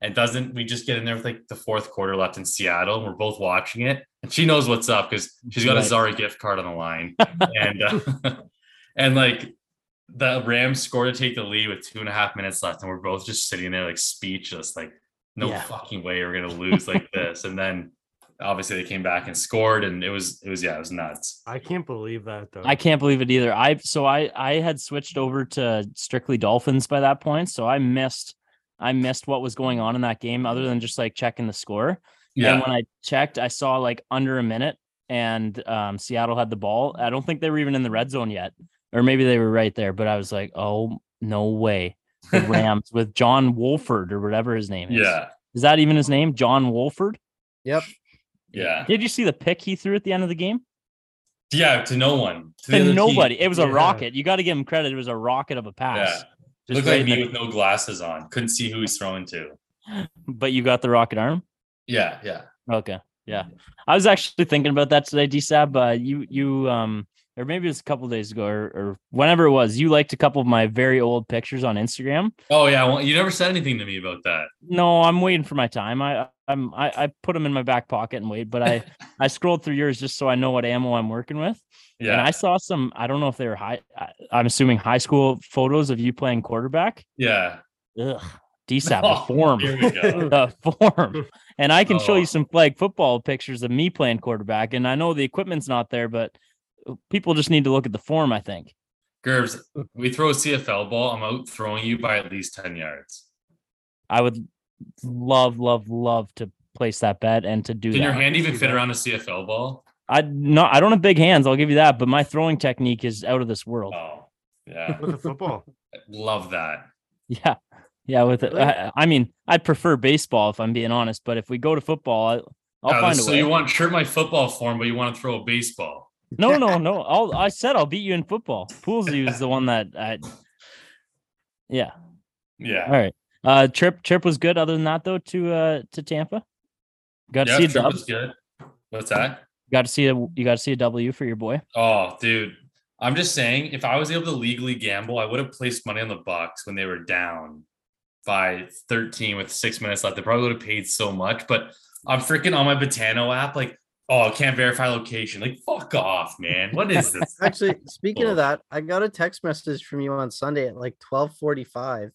Speaker 4: and doesn't we just get in there with like the fourth quarter left in Seattle? and We're both watching it, and she knows what's up because she's got a
Speaker 1: Right.
Speaker 4: Zara gift card on the line, and uh, and like the Rams score to take the lead with two and a half minutes left, and we're both just sitting there like speechless, like no
Speaker 2: Yeah.
Speaker 4: fucking way we're gonna
Speaker 1: [LAUGHS]
Speaker 4: lose like this, and then obviously they came back and scored, and it was it was yeah it was nuts.
Speaker 3: I can't believe that though.
Speaker 1: I can't believe it either. I so I I had switched over to strictly Dolphins by that point, so I missed I missed what was going on in that game other than just like checking the score. And
Speaker 4: Yeah,
Speaker 1: when I checked, I saw like under a minute and um Seattle had the ball. I don't think they were even in the red zone yet. Or maybe they were right there, but I was like, "Oh, no way."
Speaker 4: [LAUGHS]
Speaker 1: The Rams with John Wolford or whatever his name is.
Speaker 4: yeah,
Speaker 1: Is that even his name? John Wolford?
Speaker 2: Yep.
Speaker 4: yeah,
Speaker 1: Did you see the pick he threw at the end of the game?
Speaker 4: yeah. To no one, to the other
Speaker 1: To
Speaker 4: team.
Speaker 1: nobody. It was a
Speaker 3: Yeah.
Speaker 1: rocket. You got to give him credit. It was a rocket of a pass.
Speaker 4: Yeah,
Speaker 1: Just
Speaker 4: looked like
Speaker 1: right in
Speaker 4: me
Speaker 1: the-
Speaker 4: with no glasses on, couldn't see who he's throwing to.
Speaker 1: but you got the rocket arm.
Speaker 4: Yeah, yeah.
Speaker 1: Okay. Yeah. I was actually thinking about that today, DSAB. Uh, you, you, um, or maybe it was a couple days ago or, or whenever it was, you liked a couple of my very old pictures on Instagram.
Speaker 4: Oh yeah, well, you never said anything to me about that.
Speaker 1: No, I'm waiting for my time. I, I'm, I, I put them in my back pocket and wait, but
Speaker 4: [LAUGHS]
Speaker 1: I, I scrolled through yours just so I know what ammo I'm working with. And
Speaker 4: Yeah,
Speaker 1: I saw some, I don't know if they were high, I, I'm assuming high school photos of you playing quarterback.
Speaker 4: yeah.
Speaker 1: Ugh. DSAP,
Speaker 4: [LAUGHS] Oh,
Speaker 1: the form.
Speaker 4: Here
Speaker 1: [LAUGHS]
Speaker 4: we go.
Speaker 1: the uh, form. And I can show
Speaker 4: Oh.
Speaker 1: you some flag football pictures of me playing quarterback. And I know the equipment's not there, but uh, people just need to look at the form, I think.
Speaker 4: Gerbs, we throw a CFL ball. I'm out throwing you by at least ten yards.
Speaker 1: I would love, love, love to place that bet and to do
Speaker 4: Can your
Speaker 1: that.
Speaker 4: hand even
Speaker 3: see
Speaker 4: fit
Speaker 3: that.
Speaker 4: around a CFL ball?
Speaker 1: I no, I don't have big hands, I'll give you that, but my throwing technique is out of this world.
Speaker 4: Oh, yeah.
Speaker 3: with the football.
Speaker 4: Love that.
Speaker 1: [LAUGHS] Yeah. Yeah, with it.
Speaker 3: Really?
Speaker 1: I, I mean, I prefer baseball if I'm being honest, but if we go to football, I, I'll
Speaker 4: Oh,
Speaker 1: find a
Speaker 4: so
Speaker 1: way.
Speaker 4: you want shirt my football form, but you want to throw a baseball? [LAUGHS]
Speaker 1: No, no, no. I'll, I said I'll beat you in football. Poolsy is the one that
Speaker 4: [LAUGHS]
Speaker 1: I. Yeah. All
Speaker 4: Yeah.
Speaker 1: right. Uh, trip trip was good. Other than that, though, to uh to Tampa, got to
Speaker 4: Yeah,
Speaker 1: see a
Speaker 4: trip
Speaker 1: dub.
Speaker 4: was good. What's that?
Speaker 1: Got to see a you got to see a W for your boy.
Speaker 4: Oh, dude. I'm just saying, if I was able to legally gamble, I would have placed money on the Bucks when they were down by 13 with six minutes left. They probably would have paid so much, but I'm freaking on my Botano app, like, oh, I can't verify location. Like, fuck off, man. What
Speaker 1: [LAUGHS]
Speaker 4: is this?
Speaker 2: Actually, speaking
Speaker 4: Cool.
Speaker 2: of that, I got a text message from you on Sunday at like twelve forty-five,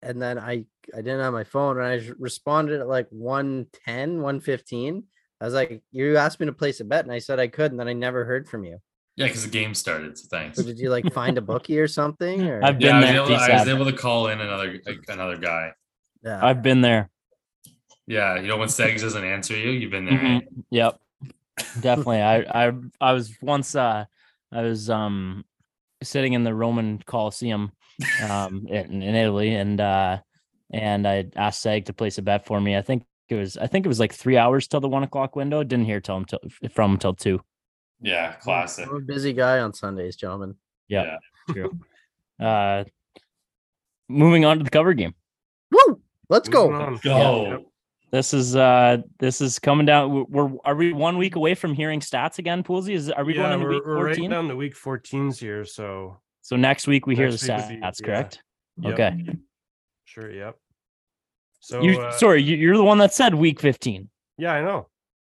Speaker 2: and then I I didn't have my phone, and I j- responded at like 1.10, 1.15. I was like, "You asked me to place a bet," and I said I could, and then I never heard from you.
Speaker 4: yeah, because the game started. So thanks.
Speaker 2: So did you
Speaker 1: [LAUGHS]
Speaker 2: like find a bookie or something? Or
Speaker 1: I've
Speaker 4: Yeah, I
Speaker 1: Been
Speaker 4: was,
Speaker 1: there,
Speaker 4: able, I was
Speaker 1: ASAP.
Speaker 4: able to call in another like, another guy.
Speaker 2: yeah.
Speaker 1: I've been there.
Speaker 4: Yeah, you know when Segs doesn't answer you, you've been there.
Speaker 1: Mhm. Yep,
Speaker 4: [LAUGHS]
Speaker 1: definitely. I I I was once uh I was um sitting in the Roman Coliseum
Speaker 4: [LAUGHS]
Speaker 1: um in, in Italy and uh and I asked Sag to place a bet for me. I think it was I think it was like three hours till the one o'clock window. Didn't hear till him till, from him till two.
Speaker 4: Yeah, classic.
Speaker 2: [LAUGHS] I'm a busy guy on Sundays, gentlemen.
Speaker 1: Yeah, true. uh, moving on to the cover game.
Speaker 2: Woo! Let's
Speaker 3: Moving
Speaker 2: go.
Speaker 3: on.
Speaker 4: Go.
Speaker 3: Yep.
Speaker 1: This is uh, this is coming down. We're, we're are we one week away from hearing stats again, Poolsy? Is are we
Speaker 3: yeah,
Speaker 1: going into
Speaker 3: we're,
Speaker 1: week
Speaker 3: we're right
Speaker 1: fourteen?
Speaker 3: down to week 14s here, so
Speaker 1: so next week we hear the
Speaker 3: Next week would be-
Speaker 1: stats,
Speaker 3: yeah.
Speaker 1: correct?
Speaker 3: Yep.
Speaker 1: Okay.
Speaker 3: sure, yep. So
Speaker 1: you
Speaker 3: uh,
Speaker 1: sorry, you, you're the one that said week fifteen.
Speaker 3: yeah, I know.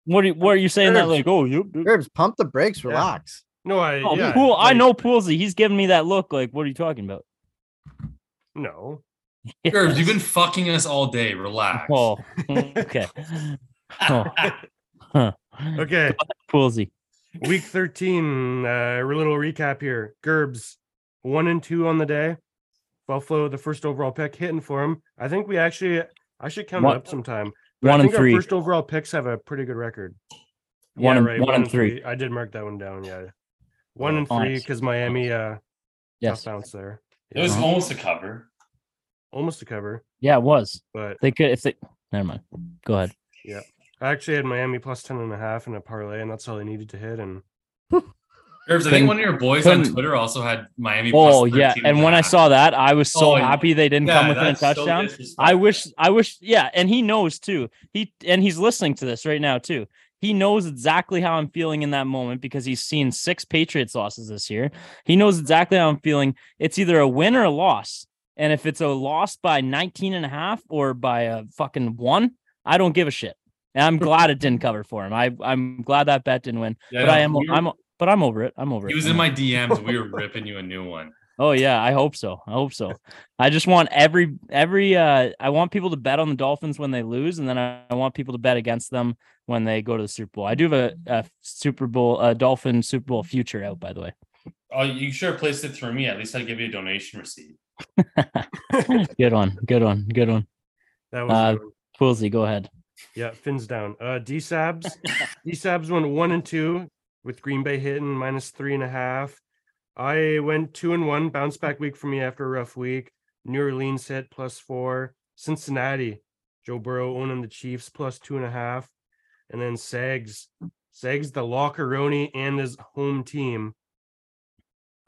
Speaker 1: What are, you- what are you saying that
Speaker 2: Sure.
Speaker 1: like? Oh, you,
Speaker 2: Herbs, pump the brakes,
Speaker 3: Yeah.
Speaker 2: relax.
Speaker 3: No, I
Speaker 1: Oh,
Speaker 3: yeah,
Speaker 1: Pool, I
Speaker 3: like,
Speaker 1: know Poolsy. He's giving me that look. Like, what are you talking about? [LAUGHS]
Speaker 3: No,
Speaker 4: Herbs, you've been fucking us all day. Relax.
Speaker 3: [LAUGHS]
Speaker 1: Oh, okay. Oh. Huh. [LAUGHS]
Speaker 3: okay.
Speaker 1: Poolsy.
Speaker 3: Week 13, uh, a little recap here. Gerbs, one and two on the day. Buffalo, the first overall pick, hitting for him. I think we actually, I should count it
Speaker 1: One-
Speaker 3: up sometime. But I
Speaker 1: One and
Speaker 3: think our
Speaker 1: three.
Speaker 3: First overall picks have a pretty good record.
Speaker 1: One
Speaker 3: yeah,
Speaker 1: and-
Speaker 3: right.
Speaker 1: one and three.
Speaker 3: I did mark that one down. Yeah. One and
Speaker 1: Oh,
Speaker 3: three
Speaker 1: nice.
Speaker 3: because Miami, uh, tough
Speaker 1: Yes.
Speaker 3: bounce there.
Speaker 4: It was
Speaker 3: Yeah,
Speaker 4: almost a cover.
Speaker 3: almost a cover,
Speaker 1: Yeah, it was.
Speaker 3: but
Speaker 1: They could if they never mind. Go ahead.
Speaker 3: I actually had Miami plus 10 and a half in a parlay, and that's all they needed to hit. And
Speaker 4: Herbs, I think
Speaker 1: Couldn't-
Speaker 4: one of your boys on
Speaker 1: couldn't-
Speaker 4: Twitter also had Miami. plus
Speaker 1: Oh yeah.
Speaker 4: 13
Speaker 1: And when I
Speaker 4: half.
Speaker 1: saw that, I was so
Speaker 4: Oh, yeah.
Speaker 1: happy they didn't
Speaker 4: Yeah,
Speaker 1: come within a
Speaker 4: that's so
Speaker 1: touchdown.
Speaker 4: disrespectful.
Speaker 1: I wish I wish yeah, and he knows too. He and he's listening to this right now too. He knows exactly how I'm feeling in that moment because he's seen six Patriots losses this year. He knows exactly how I'm feeling. It's either a win or a loss. And if it's a loss by 19 and a half or by a fucking one, I don't give a shit. And I'm glad it didn't cover for him. I I'm glad that bet didn't win.
Speaker 4: Yeah,
Speaker 1: but
Speaker 4: no,
Speaker 1: I am
Speaker 4: we were-
Speaker 1: I'm but I'm over it. I'm over it.
Speaker 4: He was
Speaker 1: I'm
Speaker 4: in
Speaker 1: over it.
Speaker 4: my DMs.
Speaker 1: [LAUGHS]
Speaker 4: We were ripping you a new one.
Speaker 1: Oh yeah, I hope so. I hope so. I just want every every uh I want people to bet on the Dolphins when they lose, and then I, I want people to bet against them when they go to the Super Bowl. I do have a, a Super Bowl a Dolphin Super Bowl future out, by the
Speaker 2: [LAUGHS]
Speaker 1: way.
Speaker 4: Oh, you sure placed it through me. At least I'd give you a donation receipt.
Speaker 1: Good one, good one, good one.
Speaker 3: that was
Speaker 1: Uh,
Speaker 3: good.
Speaker 1: Poolsy, go ahead.
Speaker 3: Yeah, fins down. Uh D Sabs. D Sabs went one and two with Green Bay hitting minus three and a half. I went two and one, bounce back week for me after a rough week. New Orleans hit plus four. Cincinnati, Joe Burrow owning the Chiefs plus two and a half. And then Sags. Sags the Lockeroni and his home team.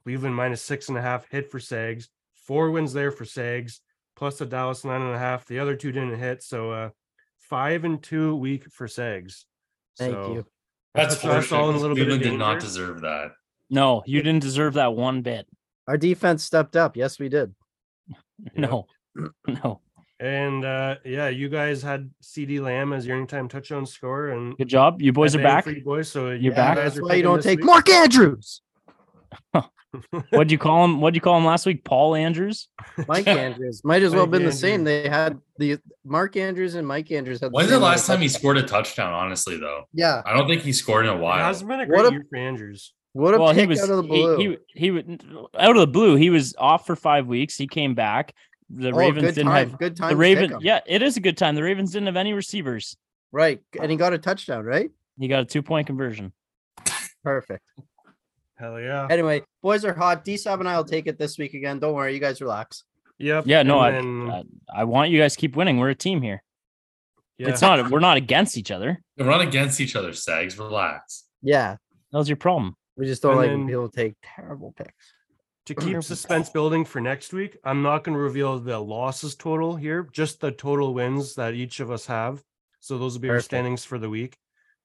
Speaker 3: Cleveland minus six and a half hit for Sags. Four wins there for Sags, plus the Dallas nine and a half. The other two didn't hit. So uh five and two week for Sags.
Speaker 2: Thank
Speaker 3: So
Speaker 2: you.
Speaker 4: That's
Speaker 3: puts us
Speaker 4: fortunate.
Speaker 3: all in a little bit of
Speaker 4: Cleveland did not
Speaker 3: danger.
Speaker 4: deserve that.
Speaker 1: No, you didn't deserve that one
Speaker 2: [LAUGHS]
Speaker 1: bit.
Speaker 2: Our defense stepped up. Yes, we did.
Speaker 3: Yep.
Speaker 1: No, no.
Speaker 3: And uh yeah, you guys had CD Lamb as your anytime touchdown scorer and
Speaker 1: Good job. You boys are
Speaker 3: FA
Speaker 1: back.
Speaker 3: for you boys, so
Speaker 1: You're back.
Speaker 3: guys
Speaker 2: That's
Speaker 3: are
Speaker 2: why you
Speaker 3: picking
Speaker 2: don't
Speaker 3: this
Speaker 2: take
Speaker 3: week.
Speaker 1: [LAUGHS]
Speaker 2: Mark Andrews.
Speaker 1: What'd
Speaker 2: [LAUGHS]
Speaker 1: you call him? What'd you call him last week? Paul Andrews?
Speaker 2: Mike Andrews might as well have
Speaker 3: Mike
Speaker 2: been the same. They had the Mark Andrews and Mike Andrews had.
Speaker 4: When's the
Speaker 2: same
Speaker 4: last time he
Speaker 2: touchdown.
Speaker 4: scored a touchdown? Honestly, though,
Speaker 2: Yeah.
Speaker 4: I don't think he scored in a
Speaker 3: It
Speaker 4: while.
Speaker 3: has been a
Speaker 2: What
Speaker 3: great
Speaker 2: a-
Speaker 3: year for Andrews.
Speaker 2: What a
Speaker 1: well,
Speaker 2: pick
Speaker 1: he was
Speaker 2: out of the
Speaker 1: he-
Speaker 2: blue.
Speaker 1: He, he would out of the blue. He was off for five weeks. He came back. The
Speaker 2: Oh,
Speaker 1: Ravens
Speaker 2: good
Speaker 1: didn't
Speaker 2: time.
Speaker 1: have
Speaker 2: good time.
Speaker 1: the
Speaker 2: to pick
Speaker 1: Raven.
Speaker 2: him.
Speaker 1: Yeah, it is a good time. The Ravens didn't have any receivers.
Speaker 2: Right. And he got a touchdown, right?
Speaker 1: He got a two point conversion. [LAUGHS]
Speaker 2: Perfect.
Speaker 3: Hell yeah.
Speaker 2: Anyway, boys are hot. D Sab and I will take it this week again. Don't worry, you guys relax.
Speaker 3: Yep.
Speaker 1: Yeah, no, I-
Speaker 3: and
Speaker 1: I- I want you guys to keep winning. We're a team here.
Speaker 3: yeah.
Speaker 1: It's not we're not against each other.
Speaker 4: We're not against each other, Sags. Relax.
Speaker 2: Yeah.
Speaker 1: That was your problem.
Speaker 2: We just don't
Speaker 3: And
Speaker 2: like
Speaker 3: then-
Speaker 2: when people take terrible picks. [LAUGHS]
Speaker 3: to keep suspense building for next week, I'm not going to reveal the losses total here, just the total wins that each of us have. So those will be our
Speaker 2: Perfect.
Speaker 3: standings for the week.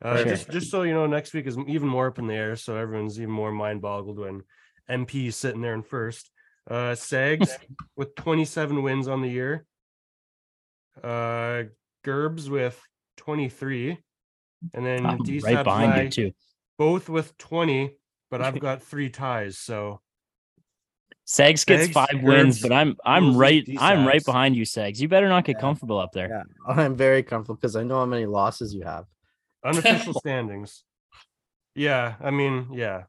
Speaker 3: Uh,
Speaker 1: Sure.
Speaker 3: Just just so you know, next week is even more up in the air, so everyone's even more mind boggled when MP is sitting there in first. Uh, Sags
Speaker 1: [LAUGHS]
Speaker 3: with 27 wins on the year. Uh, Gerbs with 23, and then
Speaker 1: I'm
Speaker 3: D
Speaker 1: right
Speaker 3: Sabs and
Speaker 1: behind
Speaker 3: I
Speaker 1: you too.
Speaker 3: both with 20,
Speaker 1: [LAUGHS]
Speaker 3: but I've got three ties, so.
Speaker 1: Sags gets
Speaker 3: Sags,
Speaker 1: five wins,
Speaker 3: Gertz,
Speaker 1: but I'm I'm
Speaker 3: Wilson,
Speaker 1: right I'm right
Speaker 3: D-Sags.
Speaker 1: behind you, Sags. You better not get
Speaker 2: Yeah.
Speaker 1: comfortable up there.
Speaker 2: Yeah. I'm very comfortable because I know how many losses you have.
Speaker 3: unofficial standings. Yeah, I mean, yeah.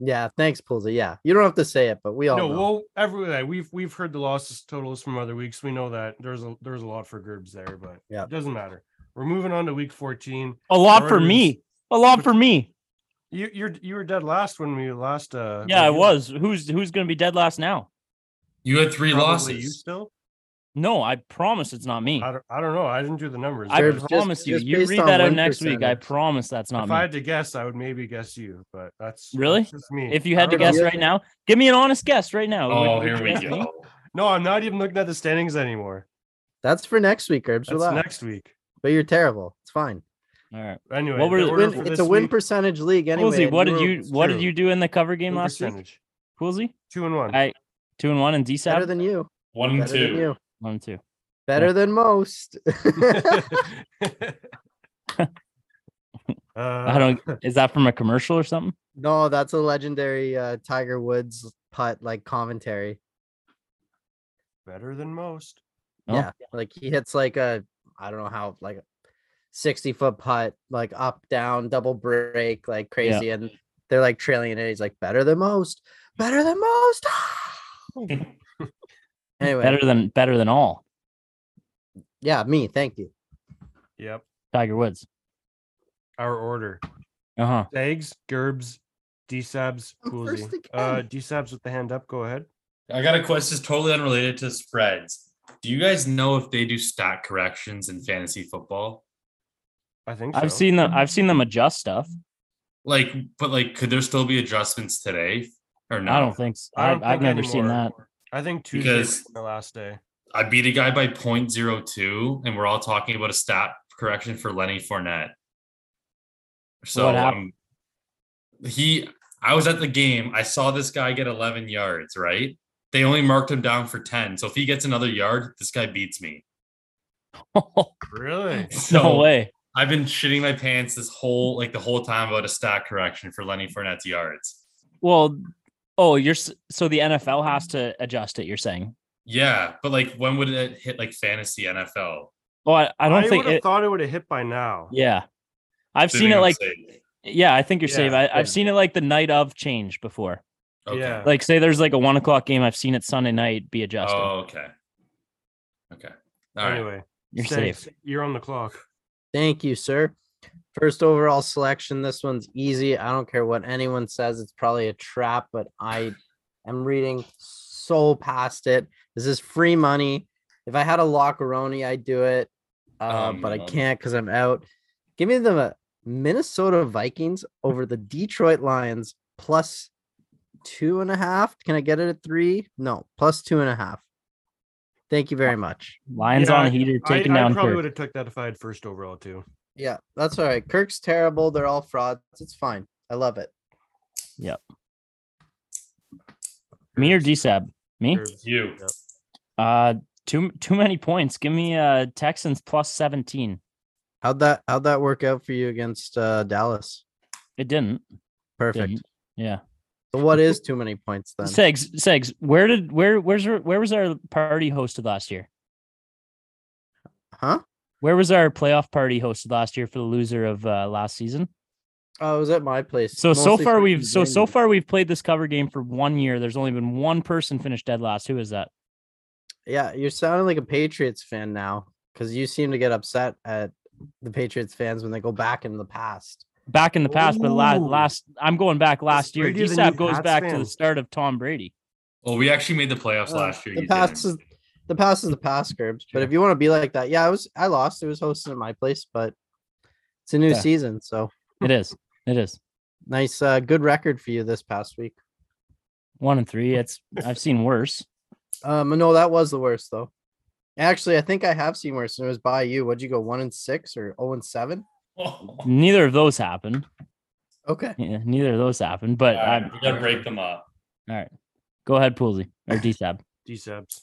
Speaker 2: Yeah. Thanks, Pulsey. Yeah. You don't have to say it, but we all
Speaker 3: No,
Speaker 2: know.
Speaker 3: well, every like, we've we've heard the losses totals from other weeks. We know that there's a there's a lot for Gerbs there, but
Speaker 2: Yeah.
Speaker 3: it doesn't matter. We're moving on to week 14.
Speaker 1: A lot for me.
Speaker 3: Predators.
Speaker 1: A lot for
Speaker 3: [LAUGHS]
Speaker 1: me.
Speaker 3: You you're you were dead last when we last uh
Speaker 1: Yeah, I
Speaker 3: reviewed.
Speaker 1: was. Who's who's gonna be dead last now?
Speaker 4: You had three
Speaker 3: Probably You
Speaker 4: losses.
Speaker 3: still?
Speaker 1: No, I promise it's not me.
Speaker 3: I don't, I don't know. I didn't do the numbers.
Speaker 1: I
Speaker 3: If-
Speaker 2: Gerbs, just-
Speaker 1: promise you.
Speaker 2: just
Speaker 1: You
Speaker 2: based
Speaker 1: read
Speaker 2: on
Speaker 1: that out
Speaker 2: win
Speaker 1: next week. I
Speaker 2: percentage.
Speaker 1: promise that's not
Speaker 3: if
Speaker 1: me.
Speaker 3: I had to guess, I would maybe guess you, but that's
Speaker 1: Really?
Speaker 3: that's just me.
Speaker 1: If you had to
Speaker 2: I don't
Speaker 1: guess
Speaker 2: know.
Speaker 1: right now, give me an honest guess right now. Would-
Speaker 4: Oh,
Speaker 1: would
Speaker 4: here
Speaker 1: you
Speaker 4: we
Speaker 1: guess me?
Speaker 4: go.
Speaker 3: no, I'm not even looking at the standings anymore.
Speaker 2: That's for next week, Herbs.
Speaker 3: That's
Speaker 2: Relax.
Speaker 3: next week.
Speaker 2: But you're terrible. It's fine.
Speaker 1: All right.
Speaker 3: Anyway,
Speaker 1: What were
Speaker 3: the
Speaker 1: the-
Speaker 3: order
Speaker 2: Win-
Speaker 3: for
Speaker 2: it's
Speaker 3: this
Speaker 2: a win
Speaker 3: week,
Speaker 2: percentage league anyway.
Speaker 1: Coolsy,
Speaker 2: and
Speaker 1: what
Speaker 2: you
Speaker 1: did
Speaker 2: were
Speaker 1: you
Speaker 3: it's
Speaker 1: what did
Speaker 3: true.
Speaker 1: you do in the cover game
Speaker 3: win
Speaker 1: last week?
Speaker 3: percentage.
Speaker 1: Coolsy?
Speaker 3: Two and one.
Speaker 1: I two and one and
Speaker 2: better
Speaker 1: DSAP?
Speaker 2: than you?
Speaker 4: One and
Speaker 2: Better than
Speaker 4: two.
Speaker 2: you.
Speaker 1: One and two.
Speaker 2: [LAUGHS]
Speaker 3: [LAUGHS]
Speaker 2: Better than most.
Speaker 3: [LAUGHS] uh, Uh,
Speaker 1: I don't. Is that from a commercial or something?
Speaker 2: [LAUGHS] No, that's a legendary uh, Tiger Woods putt like commentary.
Speaker 3: better than most.
Speaker 1: Oh.
Speaker 2: Yeah, like he hits like a I don't know how like a sixty foot putt, like up down double break, like crazy, and they're like trailing it. He's like better than most, better than most. [SIGHS] anyway,
Speaker 1: Better than better than all
Speaker 2: yeah, me, thank you.
Speaker 3: Yep.
Speaker 1: Tiger Woods.
Speaker 3: Our order:
Speaker 1: Uh huh.
Speaker 3: Zags, Gerbs, DSabs,
Speaker 2: I'm
Speaker 3: Coolsy.
Speaker 2: first again.
Speaker 3: Uh, DSabs with the hand up. Go ahead.
Speaker 4: I got a question that's totally unrelated to spreads. Do you guys know if they do stat corrections in fantasy football?
Speaker 3: I think
Speaker 1: I've
Speaker 3: so.
Speaker 1: seen them. I've seen them adjust stuff.
Speaker 4: Like, but like, could there still be adjustments today or no?
Speaker 1: I don't think. So.
Speaker 3: I
Speaker 1: I,
Speaker 3: don't
Speaker 1: I've
Speaker 3: think
Speaker 1: never seen that.
Speaker 3: anymore. I think Tuesday
Speaker 4: Because-
Speaker 3: was the last day.
Speaker 4: I beat a guy by 0.02, and we're all talking about a stat correction for Lenny Fournette. So
Speaker 1: What
Speaker 4: um, he, I was at the game. I saw this guy get 11 yards. Right? They only marked him down for 10. So if he gets another yard, this guy beats me.
Speaker 3: Really?
Speaker 1: [LAUGHS] no
Speaker 4: [LAUGHS] So
Speaker 1: way.
Speaker 4: I've been shitting my pants this whole like the whole time about a stat correction for Lenny Fournette's yards.
Speaker 1: Well, oh, you're s- so the NFL has to adjust it. You're saying?
Speaker 4: Yeah, but like when would it hit like fantasy NFL?
Speaker 1: Oh, I, I don't think
Speaker 3: would have
Speaker 1: it.
Speaker 3: thought it would have hit by now.
Speaker 1: yeah, I've
Speaker 4: Didn't
Speaker 1: seen it
Speaker 4: even
Speaker 1: like.
Speaker 4: say.
Speaker 1: Yeah, I think you're
Speaker 3: Yeah,
Speaker 1: safe. I,
Speaker 2: yeah.
Speaker 1: I've seen it like the night of change before.
Speaker 4: okay.
Speaker 3: Yeah.
Speaker 1: Like, say there's like a one o'clock game. I've seen it Sunday night be adjusted.
Speaker 4: Oh, okay. Okay. All right.
Speaker 3: anyway,
Speaker 1: you're
Speaker 3: Zags,
Speaker 1: safe.
Speaker 3: You're on the clock.
Speaker 2: Thank you, sir. First overall selection. This one's easy. I don't care what anyone says. It's probably a trap, but I am reading so past it. This is free money. If I had a lockeroni, I'd do it, uh,
Speaker 4: Um,
Speaker 2: but I
Speaker 4: um.
Speaker 2: can't because I'm out. Give me the Minnesota Vikings over the Detroit Lions plus two and a half. Can I get it at three? No, plus two and a half. Thank you very much.
Speaker 1: Lions
Speaker 3: Yeah,
Speaker 1: on a heater,
Speaker 3: I,
Speaker 1: taking
Speaker 3: I
Speaker 1: down.
Speaker 3: probably
Speaker 1: Kirk.
Speaker 3: would have took that if I had first overall too.
Speaker 2: Yeah, that's all right. Kirk's terrible. They're all frauds. It's fine. I love it.
Speaker 1: Me or DSAB? Me.
Speaker 3: Gerbs.
Speaker 4: You.
Speaker 3: Yeah.
Speaker 1: Uh, too too many points. Give me uh Texans plus seventeen.
Speaker 2: How'd that how'd that work out for you against uh Dallas?
Speaker 1: It didn't.
Speaker 2: Perfect.
Speaker 1: Didn't. Yeah.
Speaker 2: So what is too many points then?
Speaker 1: Segs Segs. Where did where where's our, where was our party hosted last year?
Speaker 2: Huh?
Speaker 1: Where was our playoff party hosted last year for the loser of uh, last season?
Speaker 2: Oh, it was at my place.
Speaker 1: So so
Speaker 2: mostly
Speaker 1: far
Speaker 2: for
Speaker 1: we've so so
Speaker 2: convenience.
Speaker 1: far we've played this cover game for one year. There's only been one person finished dead last. Who is that?
Speaker 2: Yeah, you're sounding like a Patriots fan now because you seem to get upset at the Patriots fans when they go back in the past.
Speaker 1: Back in the past, but la-
Speaker 3: Ooh.
Speaker 1: last I'm going back last year.
Speaker 3: Brady the new
Speaker 1: DSAP goes
Speaker 3: Pats
Speaker 1: back to
Speaker 3: fan.
Speaker 1: the start of Tom Brady.
Speaker 4: Well, we actually made the playoffs
Speaker 2: Uh,
Speaker 4: last year.
Speaker 2: The
Speaker 4: you
Speaker 2: past
Speaker 4: [LAUGHS] didn't.
Speaker 2: is the past is the past, Gerbs. But if you want to be like that, yeah, I was I lost. It was hosted at my place, but it's a new
Speaker 1: Yeah.
Speaker 2: season, so
Speaker 1: It
Speaker 3: [LAUGHS]
Speaker 1: is. It is.
Speaker 2: nice, uh, good record for you this past week.
Speaker 1: One and three. It's I've seen worse.
Speaker 2: Um, no, that was the worst though. Actually, I think I have seen worse. And it was by you. What'd you go? One and six or oh and seven?
Speaker 1: Neither of those happened.
Speaker 2: Okay.
Speaker 1: Yeah, neither of those happened. But
Speaker 4: All
Speaker 1: I'm
Speaker 4: right, we gotta break them up.
Speaker 1: Go ahead, Poolsy or DSAB.
Speaker 3: Desabs.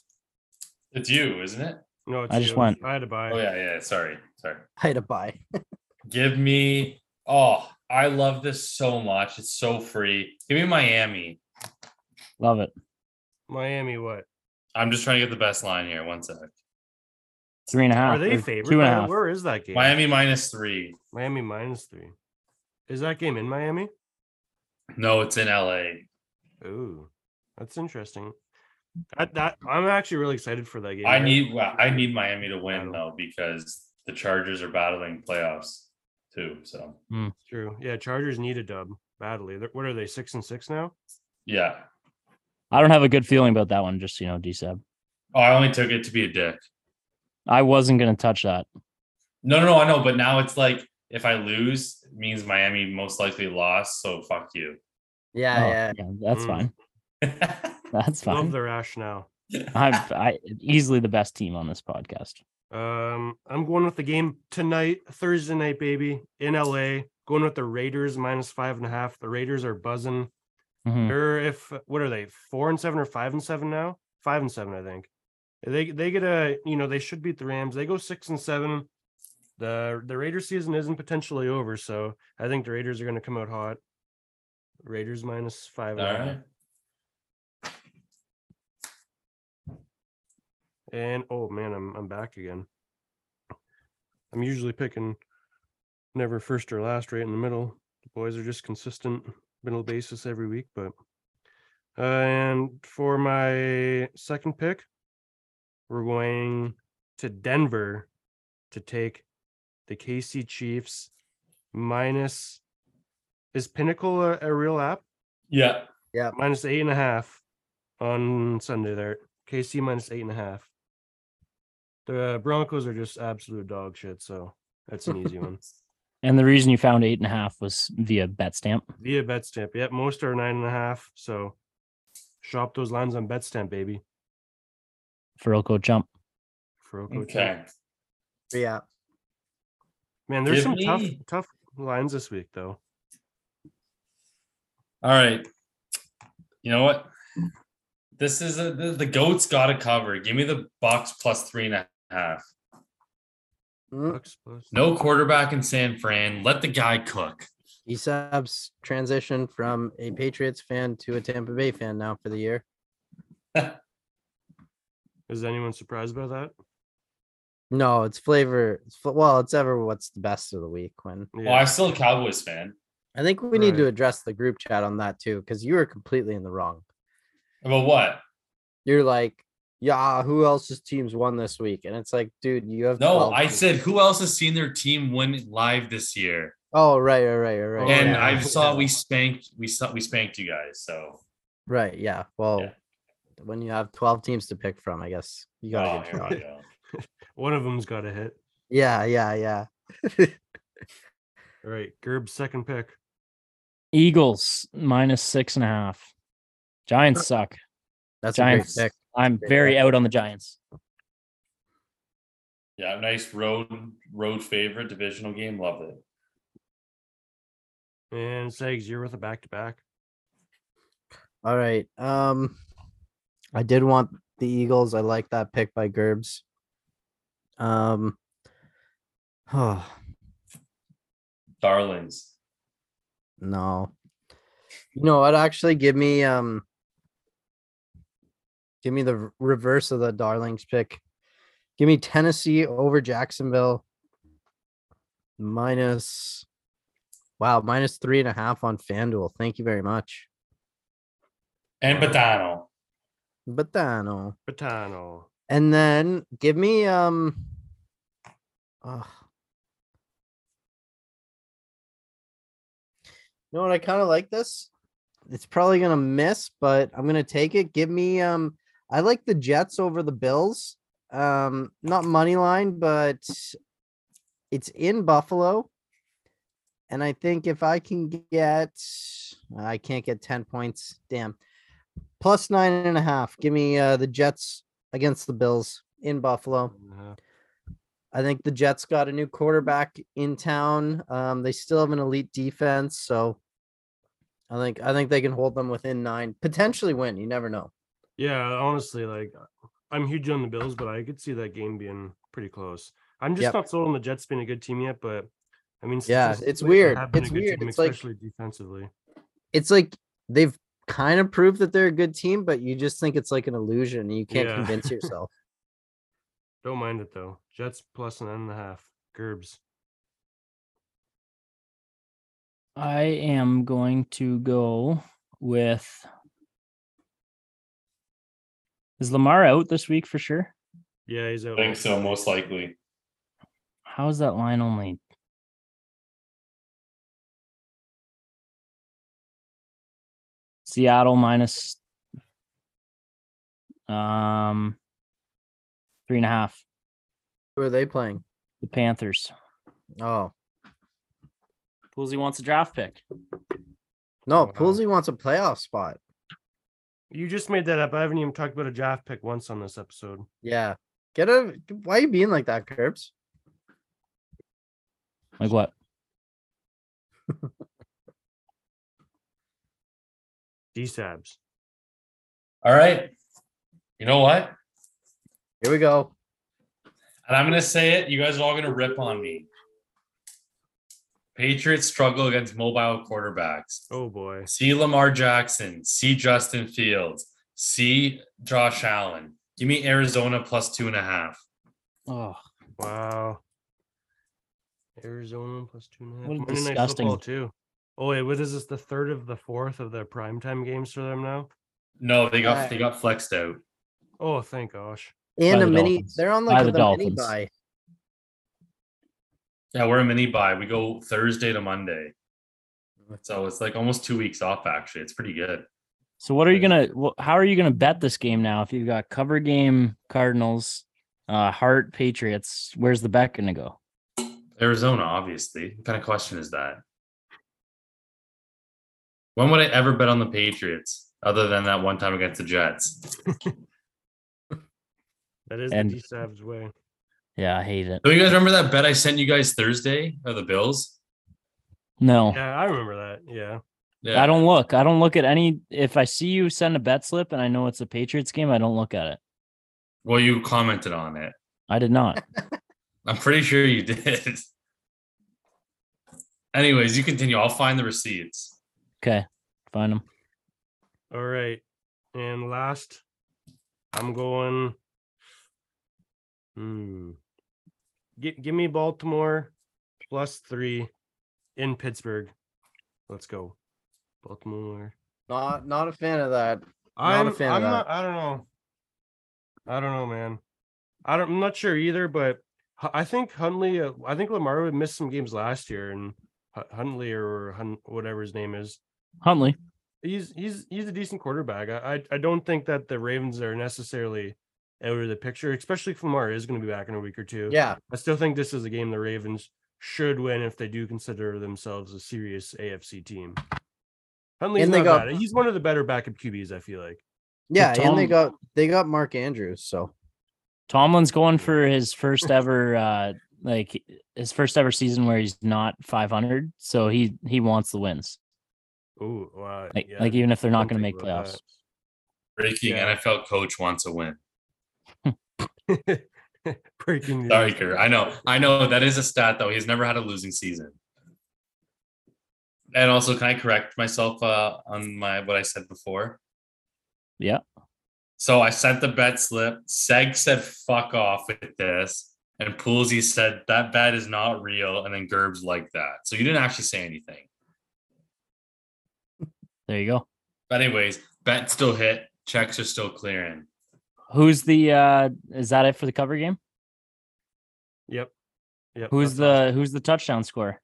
Speaker 4: It's you, isn't it?
Speaker 3: No, it's
Speaker 1: I just
Speaker 3: you.
Speaker 1: went-
Speaker 3: I had to buy.
Speaker 4: Oh yeah, yeah. Sorry, sorry.
Speaker 2: [LAUGHS] I had a buy.
Speaker 4: Give me. Oh, I love this so much. It's so free. Give me Miami.
Speaker 1: Love it.
Speaker 3: Miami. What?
Speaker 4: I'm just trying to get the best line here. One sec.
Speaker 1: Three and a half.
Speaker 3: Are they
Speaker 1: or
Speaker 3: favored?
Speaker 1: Ah, Two and a
Speaker 3: by-
Speaker 1: half.
Speaker 3: Where is that game?
Speaker 4: Miami minus three.
Speaker 3: Miami minus three. Is that game in Miami?
Speaker 4: No, it's in LA.
Speaker 3: Ooh, that's interesting. That, that I'm actually really excited for that game.
Speaker 4: I need. Well, I need Miami to win
Speaker 3: Battle.
Speaker 4: though because the Chargers are battling playoffs too. So
Speaker 3: True. Yeah, Chargers need a dub badly. They're, what are they? Six and six now.
Speaker 4: yeah.
Speaker 1: I don't have a good feeling about that one. Just so you know, DSAB.
Speaker 4: Oh, I only took it to be a dick.
Speaker 1: I wasn't gonna touch that.
Speaker 4: No, no, no. I know, but now it's like if I lose, it means Miami most likely lost. So fuck
Speaker 2: [LAUGHS]
Speaker 4: you.
Speaker 2: Yeah,
Speaker 1: Oh,
Speaker 2: yeah.
Speaker 1: that's
Speaker 3: Mm.
Speaker 1: fine. That's
Speaker 3: Love
Speaker 1: fine.
Speaker 3: the rationale.
Speaker 1: I'm I, easily the best team on this podcast.
Speaker 3: Um, I'm going with the game tonight, Thursday night, baby, in LA. Going with the Raiders minus five and a half. The Raiders are buzzing.
Speaker 1: Mhm.
Speaker 3: Or if what are they? Four and seven or five and seven now? Five and seven, I think. They they get a you know they should beat the Rams. They go six and seven. the the Raiders season isn't potentially over, so I think the Raiders are going to come out hot. Raiders minus five.
Speaker 4: [LAUGHS] All
Speaker 3: and a half.
Speaker 4: right.
Speaker 3: And oh man, I'm I'm back again. I'm usually picking never first or last, right in the middle. The boys are just consistent middle basis every week, but uh, and for my second pick, we're going to Denver to take the KC Chiefs minus is Pinnacle a, a real app?
Speaker 4: Yeah.
Speaker 3: Minus eight and a half on Sunday there. KC minus eight and a half. The uh, Broncos are just absolute dog shit, so that's an easy one.
Speaker 1: And the reason you found eight and a half was via bet stamp.
Speaker 3: Via Betstamp. Yep, most are nine and a half. So shop those lines on Betstamp, baby.
Speaker 1: Furlco jump.
Speaker 3: For Oko Tech.
Speaker 4: Okay.
Speaker 2: Yeah.
Speaker 3: Man, there's
Speaker 4: Give
Speaker 3: some tough
Speaker 4: me-
Speaker 3: tough lines this week though.
Speaker 4: All right. You know what? This is a, the, the goats got to cover. Give me the Bucks plus three and a half.
Speaker 2: Mm.
Speaker 3: Bucks plus-
Speaker 4: No quarterback in San Fran. Let the guy cook.
Speaker 2: Esab's transition from a Patriots fan to a Tampa Bay fan now for the year.
Speaker 3: Is anyone surprised by that?
Speaker 2: No, it's flavor. It's, fl- well, it's ever what's the best of the week when
Speaker 4: Well, I'm Oh, still a Cowboys fan.
Speaker 2: I think we need to
Speaker 3: Right.
Speaker 2: address the group chat on that too, because you were completely in the wrong.
Speaker 4: About what?
Speaker 2: You're like, yeah, who else's teams won this week? And it's like, dude, you have
Speaker 4: No,
Speaker 2: 12
Speaker 4: I
Speaker 2: teams."
Speaker 4: said who else has seen their team win live this year?
Speaker 2: Oh, right, right, right, right, right.
Speaker 4: and
Speaker 2: yeah.
Speaker 4: I saw we spanked we saw we spanked you guys. So
Speaker 2: Right, yeah. Well, when you have 12 teams to pick from, I guess you gotta
Speaker 4: Oh,
Speaker 2: get
Speaker 4: here
Speaker 2: drunk.
Speaker 4: we go.
Speaker 3: One of them's got a hit.
Speaker 2: Yeah, yeah, yeah.
Speaker 3: All right, Gerb's second pick.
Speaker 1: Eagles minus six and a half. Giants suck.
Speaker 2: That's
Speaker 1: Giants.
Speaker 2: a great pick.
Speaker 1: I'm
Speaker 2: Great
Speaker 1: very out on the Giants.
Speaker 4: Yeah, nice road road favorite divisional game. Love it.
Speaker 3: And Sags, you're with a back to back.
Speaker 2: All right. Um, I did want the Eagles. I like that pick by Gerbs. Um, [SIGHS] oh
Speaker 4: Darlings.
Speaker 2: no, you know what? Actually, give me um, give me the r- reverse of the Darlings pick. Give me Tennessee over Jacksonville. Minus, wow, minus three and a half on FanDuel. Thank you very much.
Speaker 4: And Batano.
Speaker 2: But no.
Speaker 3: Batano.
Speaker 2: And then give me um ugh. You know what I kind of like this? It's probably gonna miss, but I'm gonna take it. Give me um I like the Jets over the Bills. Um not money line, but it's in Buffalo. And I think if I can get I can't get 10 points. Damn. Plus nine and a half. Give me uh the Jets against the Bills in Buffalo.
Speaker 3: Uh,
Speaker 2: I think the Jets got a new quarterback in town. Um, they still have an elite defense, so I think I think they can hold them within nine, potentially win. You never know.
Speaker 3: Yeah, honestly, like uh, I'm huge on the Bills, but I could see that game being pretty close. I'm just
Speaker 2: Yep.
Speaker 3: not sold on the Jets being a good team yet, but I mean,
Speaker 2: Yeah, it's
Speaker 3: statistically, they
Speaker 2: weird.
Speaker 3: have been a
Speaker 2: It's
Speaker 3: good
Speaker 2: weird.
Speaker 3: team,
Speaker 2: It's like-
Speaker 3: especially defensively.
Speaker 2: It's like they've kind of proved that they're a good team, but you just think it's like an illusion. And you can't
Speaker 3: Yeah.
Speaker 1: [LAUGHS]
Speaker 2: convince yourself.
Speaker 3: Don't mind it though. Jets plus nine and a half. Gerbs.
Speaker 1: I am going to go with. Is Lamar out this week for sure?
Speaker 3: Yeah, he's
Speaker 4: I
Speaker 3: out.
Speaker 4: think so, most likely.
Speaker 1: How is that line only? Seattle minus um three and a half.
Speaker 2: Who are they playing?
Speaker 1: The Panthers.
Speaker 2: Oh
Speaker 1: Poolsy wants a draft pick.
Speaker 2: no,
Speaker 3: Wow.
Speaker 2: Poolsy wants a playoff spot.
Speaker 3: You just made that up. I haven't even talked about a draft pick once on this episode.
Speaker 2: Yeah, get a. Why are you being like that, Curbs?
Speaker 1: Like what?
Speaker 3: D Sabs.
Speaker 4: All right. You know what?
Speaker 2: Here we go.
Speaker 4: And I'm gonna say it. You guys are all gonna rip on me. Patriots struggle against mobile quarterbacks.
Speaker 3: Oh boy.
Speaker 4: See Lamar Jackson. See Justin Fields. See Josh Allen. Give me Arizona plus two and a half.
Speaker 1: Oh,
Speaker 3: Wow. Arizona plus two and a half.
Speaker 1: What a
Speaker 3: Monday Night
Speaker 1: disgusting-
Speaker 3: Football, too. Oh wait, what is this? The third of the fourth of the primetime games for them now?
Speaker 4: No, they got
Speaker 2: Alright.
Speaker 4: they got flexed out.
Speaker 3: Oh, thank gosh.
Speaker 2: And
Speaker 1: the
Speaker 2: a mini.
Speaker 1: Dolphins.
Speaker 2: They're on
Speaker 1: By the
Speaker 2: like the, mini
Speaker 1: Dolphins.
Speaker 2: buy.
Speaker 4: Yeah, we're a mini buy. We go Thursday to Monday. So it's like almost two weeks off, actually. It's pretty good.
Speaker 1: so what are you
Speaker 4: Yeah.
Speaker 1: gonna? wh- How are you gonna bet this game now? If you've got cover game Cardinals, uh, Heart Patriots, where's the bet gonna go?
Speaker 4: Arizona, obviously. What kind of question is that? When would I ever bet on the Patriots other than that one time against the Jets?
Speaker 3: That is
Speaker 1: And-
Speaker 3: the D-Sabs way.
Speaker 1: Yeah, I hate it.
Speaker 4: Do you guys remember that bet I sent you guys Thursday of the Bills?
Speaker 1: No,
Speaker 3: Yeah, I remember that. Yeah.
Speaker 4: Yeah.
Speaker 1: I don't look. I don't look at any. If I see you send a bet slip and I know it's a Patriots game, I don't look at it.
Speaker 4: Well, you commented on it.
Speaker 1: I did
Speaker 3: [LAUGHS]
Speaker 1: not.
Speaker 4: I'm pretty sure you did. [LAUGHS] Anyways, you continue. I'll find the receipts.
Speaker 1: Okay, find them.
Speaker 3: All right. And last, I'm going. Hmm. Gi- give me Baltimore plus three in Pittsburgh. Let's go. Baltimore.
Speaker 2: Not not a fan of that. Not
Speaker 3: I'm,
Speaker 2: a fan of
Speaker 3: I'm
Speaker 2: that.
Speaker 3: not, I don't know. I don't know, man. I don't, I'm not sure either, but Hu- I think Huntley, uh, I think Lamar would miss some games last year, and Hu- Huntley or Hun, whatever his name is,
Speaker 1: Huntley.
Speaker 3: he's he's he's a decent quarterback. I I, I don't think that the Ravens are necessarily out of the picture, especially if Lamar is going to be back in a week or two.
Speaker 2: Yeah,
Speaker 3: I still think this is a game the Ravens should win if they do consider themselves a serious AFC team. Huntley's
Speaker 2: And they
Speaker 3: not
Speaker 2: got-
Speaker 3: bad. He's one of the better backup QBs. I feel like.
Speaker 2: yeah, and they
Speaker 1: Tom-
Speaker 2: got they got Mark Andrews. So
Speaker 1: Tomlin's going for his
Speaker 3: [LAUGHS]
Speaker 1: first ever uh like his first ever season where he's not 500, so he he wants the wins.
Speaker 3: Oh wow!
Speaker 1: Like,
Speaker 3: yeah,
Speaker 1: like even if they're not going
Speaker 3: don't
Speaker 1: to make
Speaker 3: think about
Speaker 1: playoffs.
Speaker 4: Breaking
Speaker 3: Yeah.
Speaker 4: NFL coach wants a win.
Speaker 3: that. [LAUGHS] Breaking news.
Speaker 4: Sorry, Kerr. I know. I know that is a stat though. He's never had a losing season. And also, can I correct myself uh, on my what I said before?
Speaker 1: Yeah.
Speaker 4: So I sent the bet slip. Seg said "fuck off" with this, and Poolsy said that bet is not real, and then Gerbs like that. So you didn't actually say anything.
Speaker 1: There you go.
Speaker 4: But anyways, bet still hit. Checks are still clearing.
Speaker 1: Who's the uh is that it for the cover game?
Speaker 3: Yep. Yep.
Speaker 1: Who's the
Speaker 3: that's
Speaker 1: who's the touchdown score?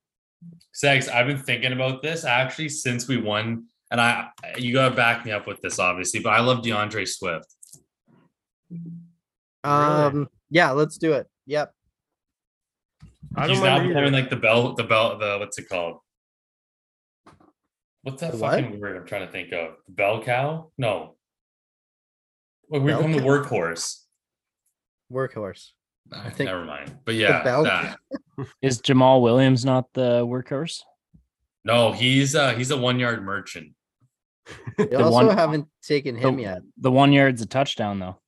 Speaker 4: Segs, I've been thinking about this actually since we won, and I you gotta back me up with this, obviously. But I love DeAndre Swift.
Speaker 2: um, yeah, let's do it. Yep.
Speaker 3: awesome. I don't
Speaker 4: He's now
Speaker 3: mind
Speaker 4: playing
Speaker 3: either.
Speaker 4: like the bell, the bell, the what's it called? What's that
Speaker 2: The what?
Speaker 4: fucking word I'm trying to think of? Bell cow? No. Well, we
Speaker 2: Bell
Speaker 4: become the
Speaker 2: cow?
Speaker 4: workhorse.
Speaker 1: [LAUGHS]
Speaker 2: Workhorse.
Speaker 4: I
Speaker 2: think-
Speaker 4: Never mind. But yeah,
Speaker 2: bell
Speaker 4: that.
Speaker 1: Is Jamal Williams not the workhorse?
Speaker 4: no, he's uh he's a one yard merchant.
Speaker 2: We also
Speaker 1: one-
Speaker 2: haven't taken him
Speaker 1: the-
Speaker 2: yet.
Speaker 1: The 1 yard's a touchdown though.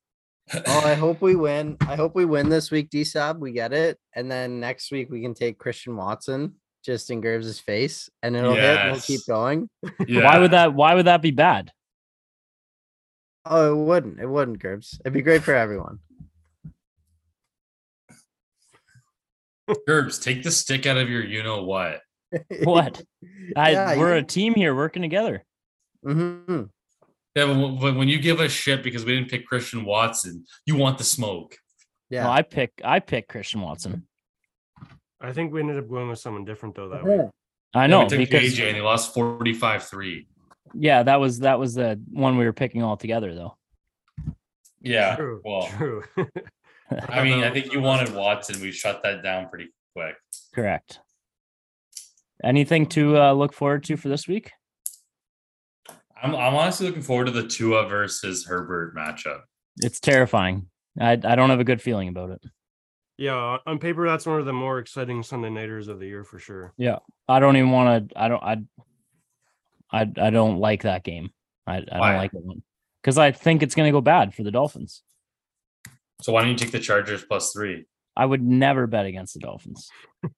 Speaker 2: Oh,
Speaker 1: [LAUGHS]
Speaker 2: I hope we win. I hope we win this week, D Sab. We get it. And then next week we can take Christian Watson just in Gervs' face and it'll hit and we'll keep
Speaker 4: Yes.
Speaker 2: going.
Speaker 4: [LAUGHS] Yeah.
Speaker 1: Why would that why would that be
Speaker 2: [LAUGHS]
Speaker 1: bad?
Speaker 2: Oh, it wouldn't. It wouldn't, Gerbs. It'd be great for everyone. [LAUGHS]
Speaker 4: Gerbs, take the stick out of your you know what?
Speaker 1: What? I
Speaker 2: Yeah,
Speaker 1: we're
Speaker 2: you-
Speaker 1: a team here working together.
Speaker 2: hmm
Speaker 4: Yeah, but when- when you give a shit because we didn't pick Christian Watson, you want the smoke.
Speaker 1: No,
Speaker 2: Yeah.
Speaker 1: I pick I pick Christian Watson.
Speaker 3: I think we ended up going with someone different though that
Speaker 2: Yeah.
Speaker 3: week.
Speaker 1: I
Speaker 4: Yeah,
Speaker 1: know
Speaker 4: we took
Speaker 1: because
Speaker 4: AJ and he lost 45 3.
Speaker 1: yeah, that was that was the one we were picking all together though.
Speaker 4: [LAUGHS] Yeah.
Speaker 3: True.
Speaker 4: Well,
Speaker 3: True. [LAUGHS]
Speaker 4: I mean, I think you wanted Watson. We shut that down pretty quick.
Speaker 1: Correct. Anything to uh, look forward to for this week?
Speaker 4: I'm, I'm honestly looking forward to the Tua versus Herbert matchup.
Speaker 1: It's terrifying. I, I don't have a good feeling about it.
Speaker 3: Yeah, on paper, that's one of the more exciting Sunday nighters of the year for sure.
Speaker 1: I don't even want to. I don't. I. I. I don't like that game. I, I don't
Speaker 4: Why?
Speaker 1: like that one because I think it's going to go bad for the Dolphins.
Speaker 4: So why don't you take the Chargers plus three?
Speaker 1: I would never bet against the Dolphins. I'm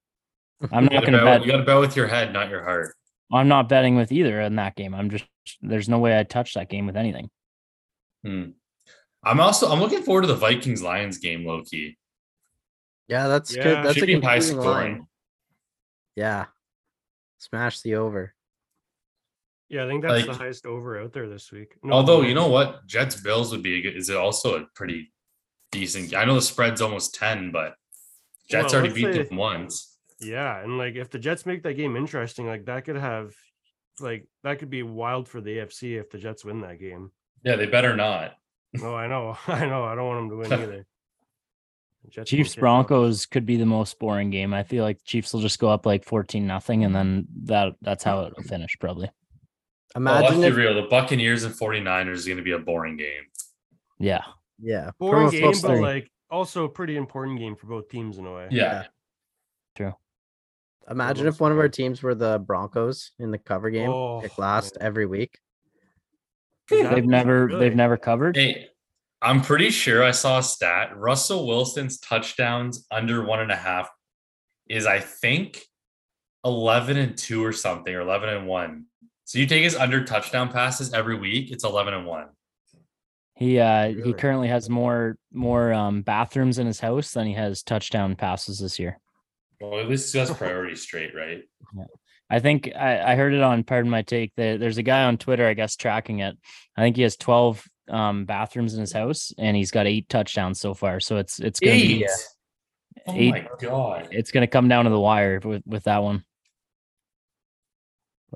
Speaker 4: You
Speaker 1: not
Speaker 4: gotta
Speaker 1: going to
Speaker 4: bet-
Speaker 1: bet.
Speaker 4: You got to bet with your head, not your heart.
Speaker 1: I'm not betting with either in that game. I'm just there's no way I touch that game with anything.
Speaker 4: Hmm. I'm also I'm looking forward to the Vikings Lions game, low key.
Speaker 2: Yeah, that's
Speaker 3: Yeah,
Speaker 2: good. That's
Speaker 4: Should
Speaker 2: a
Speaker 4: be high
Speaker 2: confusing line.
Speaker 4: scoring.
Speaker 2: Yeah. Smash the over.
Speaker 3: Yeah, I think that's the
Speaker 4: Like-
Speaker 3: highest over out there this week. No,
Speaker 4: Although
Speaker 3: no.
Speaker 4: you know what, Jets Bills would be a good. Is it also a pretty decent? I know the spread's almost ten, but Jets
Speaker 3: Well,
Speaker 4: already beat
Speaker 3: let's say-
Speaker 4: them once.
Speaker 3: Yeah, and like if the Jets make that game interesting, like that could have, like that could be wild for the AFC if the Jets win that game.
Speaker 4: Yeah, they better not.
Speaker 3: No, Oh, I know, [LAUGHS] I know, I don't want
Speaker 4: [LAUGHS]
Speaker 3: them to win either. The Jets can
Speaker 1: Chiefs
Speaker 3: kick off.
Speaker 1: Broncos could be the most boring game. I feel like Chiefs will just go up like 14 nothing and then that that's how it'll finish probably.
Speaker 4: Well, let's
Speaker 2: Imagine
Speaker 4: be
Speaker 2: if,
Speaker 4: real. The Buccaneers and 49ers is going to be a boring game.
Speaker 1: Yeah.
Speaker 2: yeah,
Speaker 3: boring
Speaker 2: Promo
Speaker 3: game,
Speaker 2: plus
Speaker 3: but
Speaker 2: three.
Speaker 3: like also a pretty important game for both teams in a [LAUGHS] way.
Speaker 4: Yeah,
Speaker 2: imagine if one of our teams were the Broncos in the cover game,
Speaker 3: Oh,
Speaker 2: pick last every week.
Speaker 3: Is that-
Speaker 1: They've never
Speaker 3: really?
Speaker 1: they've never covered.
Speaker 4: Hey, I'm pretty sure I saw a stat. Russell Wilson's touchdowns under one and a half is, I think, 11 and two or something, or 11 and one. So you take his under touchdown passes every week, it's 11 and one.
Speaker 1: He uh
Speaker 2: Really?
Speaker 1: he currently has more more um bathrooms in his house than he has touchdown passes this year.
Speaker 4: Well, at least he has priority straight, right?
Speaker 1: I think I, I heard it on Pardon My Take. That there's a guy on Twitter, I guess, tracking it. I think he has 12 um, bathrooms in his
Speaker 4: Mm.
Speaker 1: house, and he's got eight touchdowns so far. So it's it's gonna
Speaker 4: Eight.
Speaker 1: be,
Speaker 4: Oh
Speaker 1: Eight.
Speaker 4: my god.
Speaker 1: it's gonna come down to the wire with, with that one.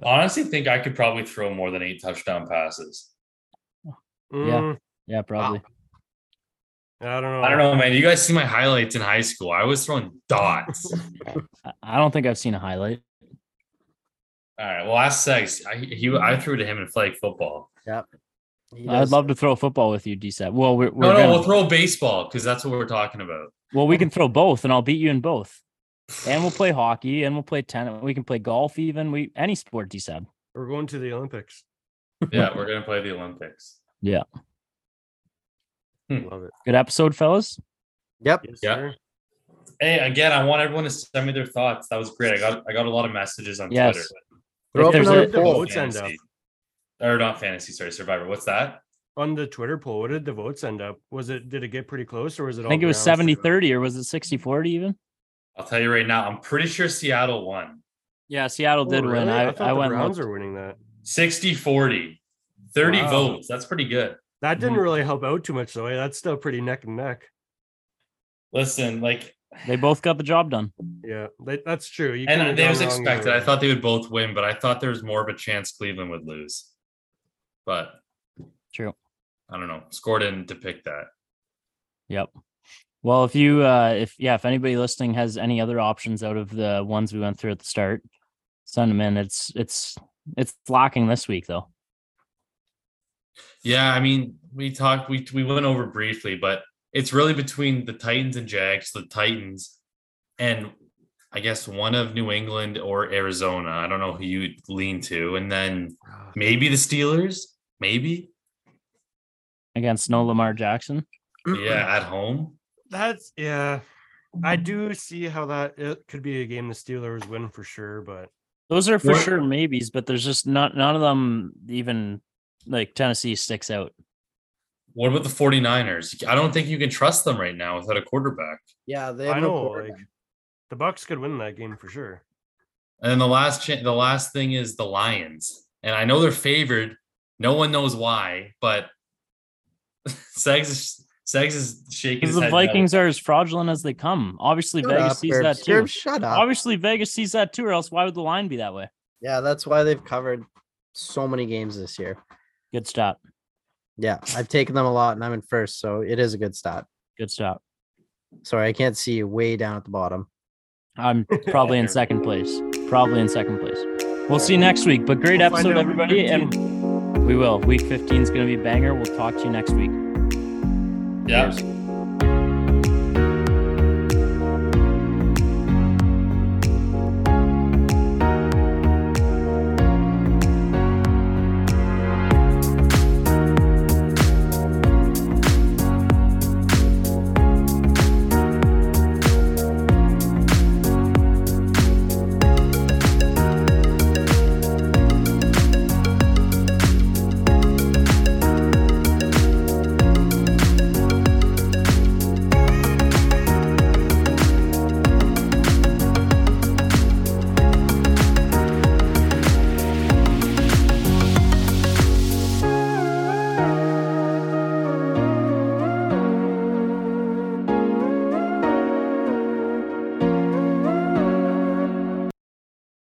Speaker 4: Honestly, think I could probably throw more than eight touchdown passes.
Speaker 3: Mm,
Speaker 1: Yeah, probably.
Speaker 3: I don't know.
Speaker 4: I don't know, man. You guys see my highlights in high school. I was throwing [LAUGHS] dots.
Speaker 1: I- I don't think I've seen a highlight.
Speaker 4: All right. Well, last sex, I he I threw to him in flag football.
Speaker 2: He
Speaker 1: I'd
Speaker 2: does-
Speaker 1: love to throw football with you, DSAT. Well, we're, we're
Speaker 4: no,
Speaker 1: gonna,
Speaker 4: no, we'll throw baseball because that's what we're talking about.
Speaker 1: well, we can throw both, and I'll beat you in both. And we'll play hockey, and we'll play tennis. We can play golf, even we any sport, DSAT.
Speaker 3: We're going to the Olympics.
Speaker 4: Yeah, we're gonna play the Olympics.
Speaker 3: Love it.
Speaker 1: Good episode, fellas.
Speaker 2: Yep.
Speaker 3: Yes,
Speaker 4: Yeah.
Speaker 3: sir.
Speaker 4: Hey, again, I want everyone to send me their thoughts. That was great. I got I got a lot of messages on
Speaker 1: Yes.
Speaker 4: Twitter.
Speaker 2: Throw up
Speaker 1: there's
Speaker 2: another
Speaker 1: a-
Speaker 3: The
Speaker 2: poll.
Speaker 3: votes end up
Speaker 4: Fantasy. Or not fantasy, sorry, Survivor. What's that?
Speaker 3: on the Twitter poll. What did the votes end up? Was it did it get pretty close or was it?
Speaker 1: I think it was 70 30 or was it 60 40 even?
Speaker 4: I'll tell you right now. I'm pretty sure Seattle won.
Speaker 1: Yeah, Seattle
Speaker 3: Oh,
Speaker 1: did win. I,
Speaker 3: I
Speaker 1: I,
Speaker 3: thought the
Speaker 1: went
Speaker 3: Browns
Speaker 1: looked.
Speaker 3: are winning that.
Speaker 4: 60 40. 30
Speaker 3: Wow.
Speaker 4: votes. That's pretty good.
Speaker 3: That didn't
Speaker 1: Mhm.
Speaker 3: really help out too much though. eh? That's still pretty neck and neck.
Speaker 4: Listen, like
Speaker 1: They both got the job done.
Speaker 3: Yeah, that, that's true. You couldn't have
Speaker 4: and they
Speaker 3: gone
Speaker 4: was
Speaker 3: wrong either
Speaker 4: expected. I
Speaker 3: way.
Speaker 4: thought they would both win, but I thought there was more of a chance Cleveland would lose. But
Speaker 1: True.
Speaker 4: I don't know. Score didn't depict that.
Speaker 1: Yep. Well, if you uh if yeah, if anybody listening has any other options out of the ones we went through at the start, send them in. It's it's it's lacking this week though.
Speaker 4: Yeah, I mean, we talked, we we went over briefly, but it's really between the Titans and Jags, the Titans, and I guess one of New England or Arizona. I don't know who you lean to, and then
Speaker 3: Ah,
Speaker 4: maybe the Steelers, maybe
Speaker 1: Against no Lamar Jackson.
Speaker 4: yeah, at home.
Speaker 3: That's yeah. I do see how that it could be a game the Steelers win for sure, but
Speaker 1: Those are for
Speaker 4: What-
Speaker 1: sure maybes, but there's just not none of them even like Tennessee sticks out.
Speaker 4: What about the 49ers? I don't think you can trust them right now without a quarterback.
Speaker 2: [CLEARS THROAT] Yeah, they have
Speaker 3: I
Speaker 2: no
Speaker 3: know
Speaker 2: quarterback.
Speaker 3: like the Bucks could win that game for sure.
Speaker 4: And then the last cha- the last thing is the Lions. And I know they're favored. No one knows why, but [LAUGHS] Segs is Segs is shaking
Speaker 1: Because
Speaker 4: his
Speaker 1: the
Speaker 4: head no.
Speaker 1: Vikings are as fraudulent as they come. Obviously,
Speaker 2: Shut
Speaker 1: Vegas
Speaker 2: up,
Speaker 1: sees
Speaker 2: Gerb.
Speaker 1: that too.
Speaker 2: Gerb, shut up.
Speaker 1: Obviously, Vegas sees that too, or else why would the line be that way?
Speaker 2: Yeah, that's why they've covered so many games this year.
Speaker 1: Good stop.
Speaker 2: Yeah, I've taken them a lot and I'm in first, so it is a good stat.
Speaker 1: Good stop.
Speaker 2: Sorry, I can't see you way down at the bottom.
Speaker 1: I'm probably in second place. Probably in second place. We'll see you next week. But great
Speaker 3: We'll find
Speaker 1: episode,
Speaker 3: out week
Speaker 1: everybody.
Speaker 3: 15.
Speaker 1: And we will. Week 15 is going to be a banger. We'll talk to you next week.
Speaker 4: Yeah.
Speaker 1: Cheers.